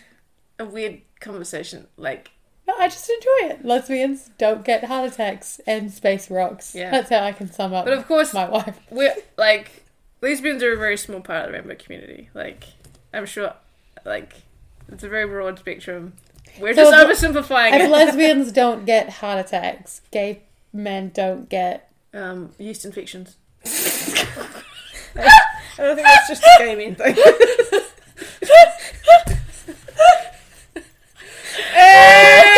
a weird conversation. Like, No, I just enjoy it. Lesbians don't get heart attacks, and space rocks. Yeah. That's how I can sum up. But of course- my wife. we're like lesbians are a very small part of the rainbow community. Like, I'm sure, like, it's a very broad spectrum. We're So just if- oversimplifying If it. lesbians don't get heart attacks, gay men don't get. Um, yeast infections. I don't think that's just a gaming thing.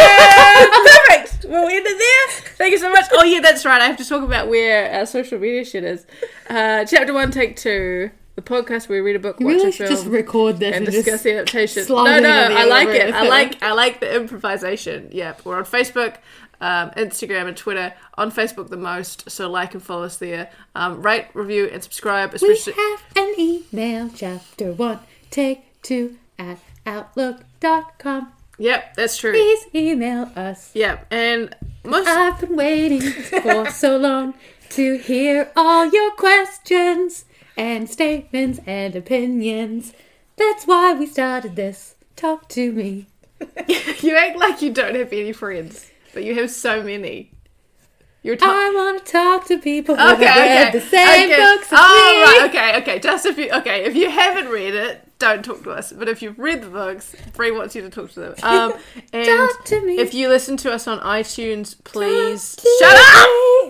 Perfect. We'll end it there. Thank you so much. Oh yeah, that's right. I have to talk about where our social media shit is. Uh, chapter one, take two. The podcast where we read a book, watch a film, record this and discuss the adaptation. No, slide no, it over the I like other it. I way. like I like the improvisation. Yep. We're on Facebook, um, Instagram, and Twitter. On Facebook the most, so like and follow us there. Um, rate, review, and subscribe. We Especially have an email, chapter one, take two at outlook.com. yep, that's true. Please email us. Yep, and most I've been waiting for so long to hear all your questions and statements and opinions. That's why we started this. Talk to me. you act like you don't have any friends, but you have so many. You were talking. I want to talk to people who Okay, have okay. read the same okay. books as me. oh, right, okay, okay. Just if you okay, if you haven't read it, don't talk to us. But if you've read the books, Bree wants you to talk to them. Um, and Talk to me. if you listen to us on iTunes, please Talk to shut me. up.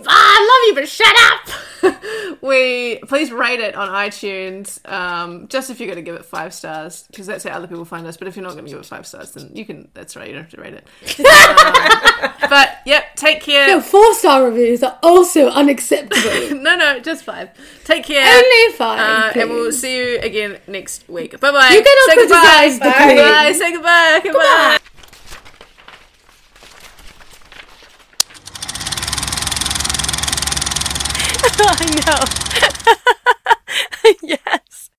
Ah, I love you, but shut up. we please rate it on iTunes. Um, just if you're going to give it five stars, because that's how other people find us. But if you're not going to give it five stars, then you can. That's right. You don't have to rate it. Um, but yep, take care. No, four star reviews are also unacceptable. No, no, just five. Take care. Only five. Uh, and we'll please. see you again next week. Bye bye. You cannot say criticize the goodbye. queen. Bye. Say goodbye. Goodbye. I know.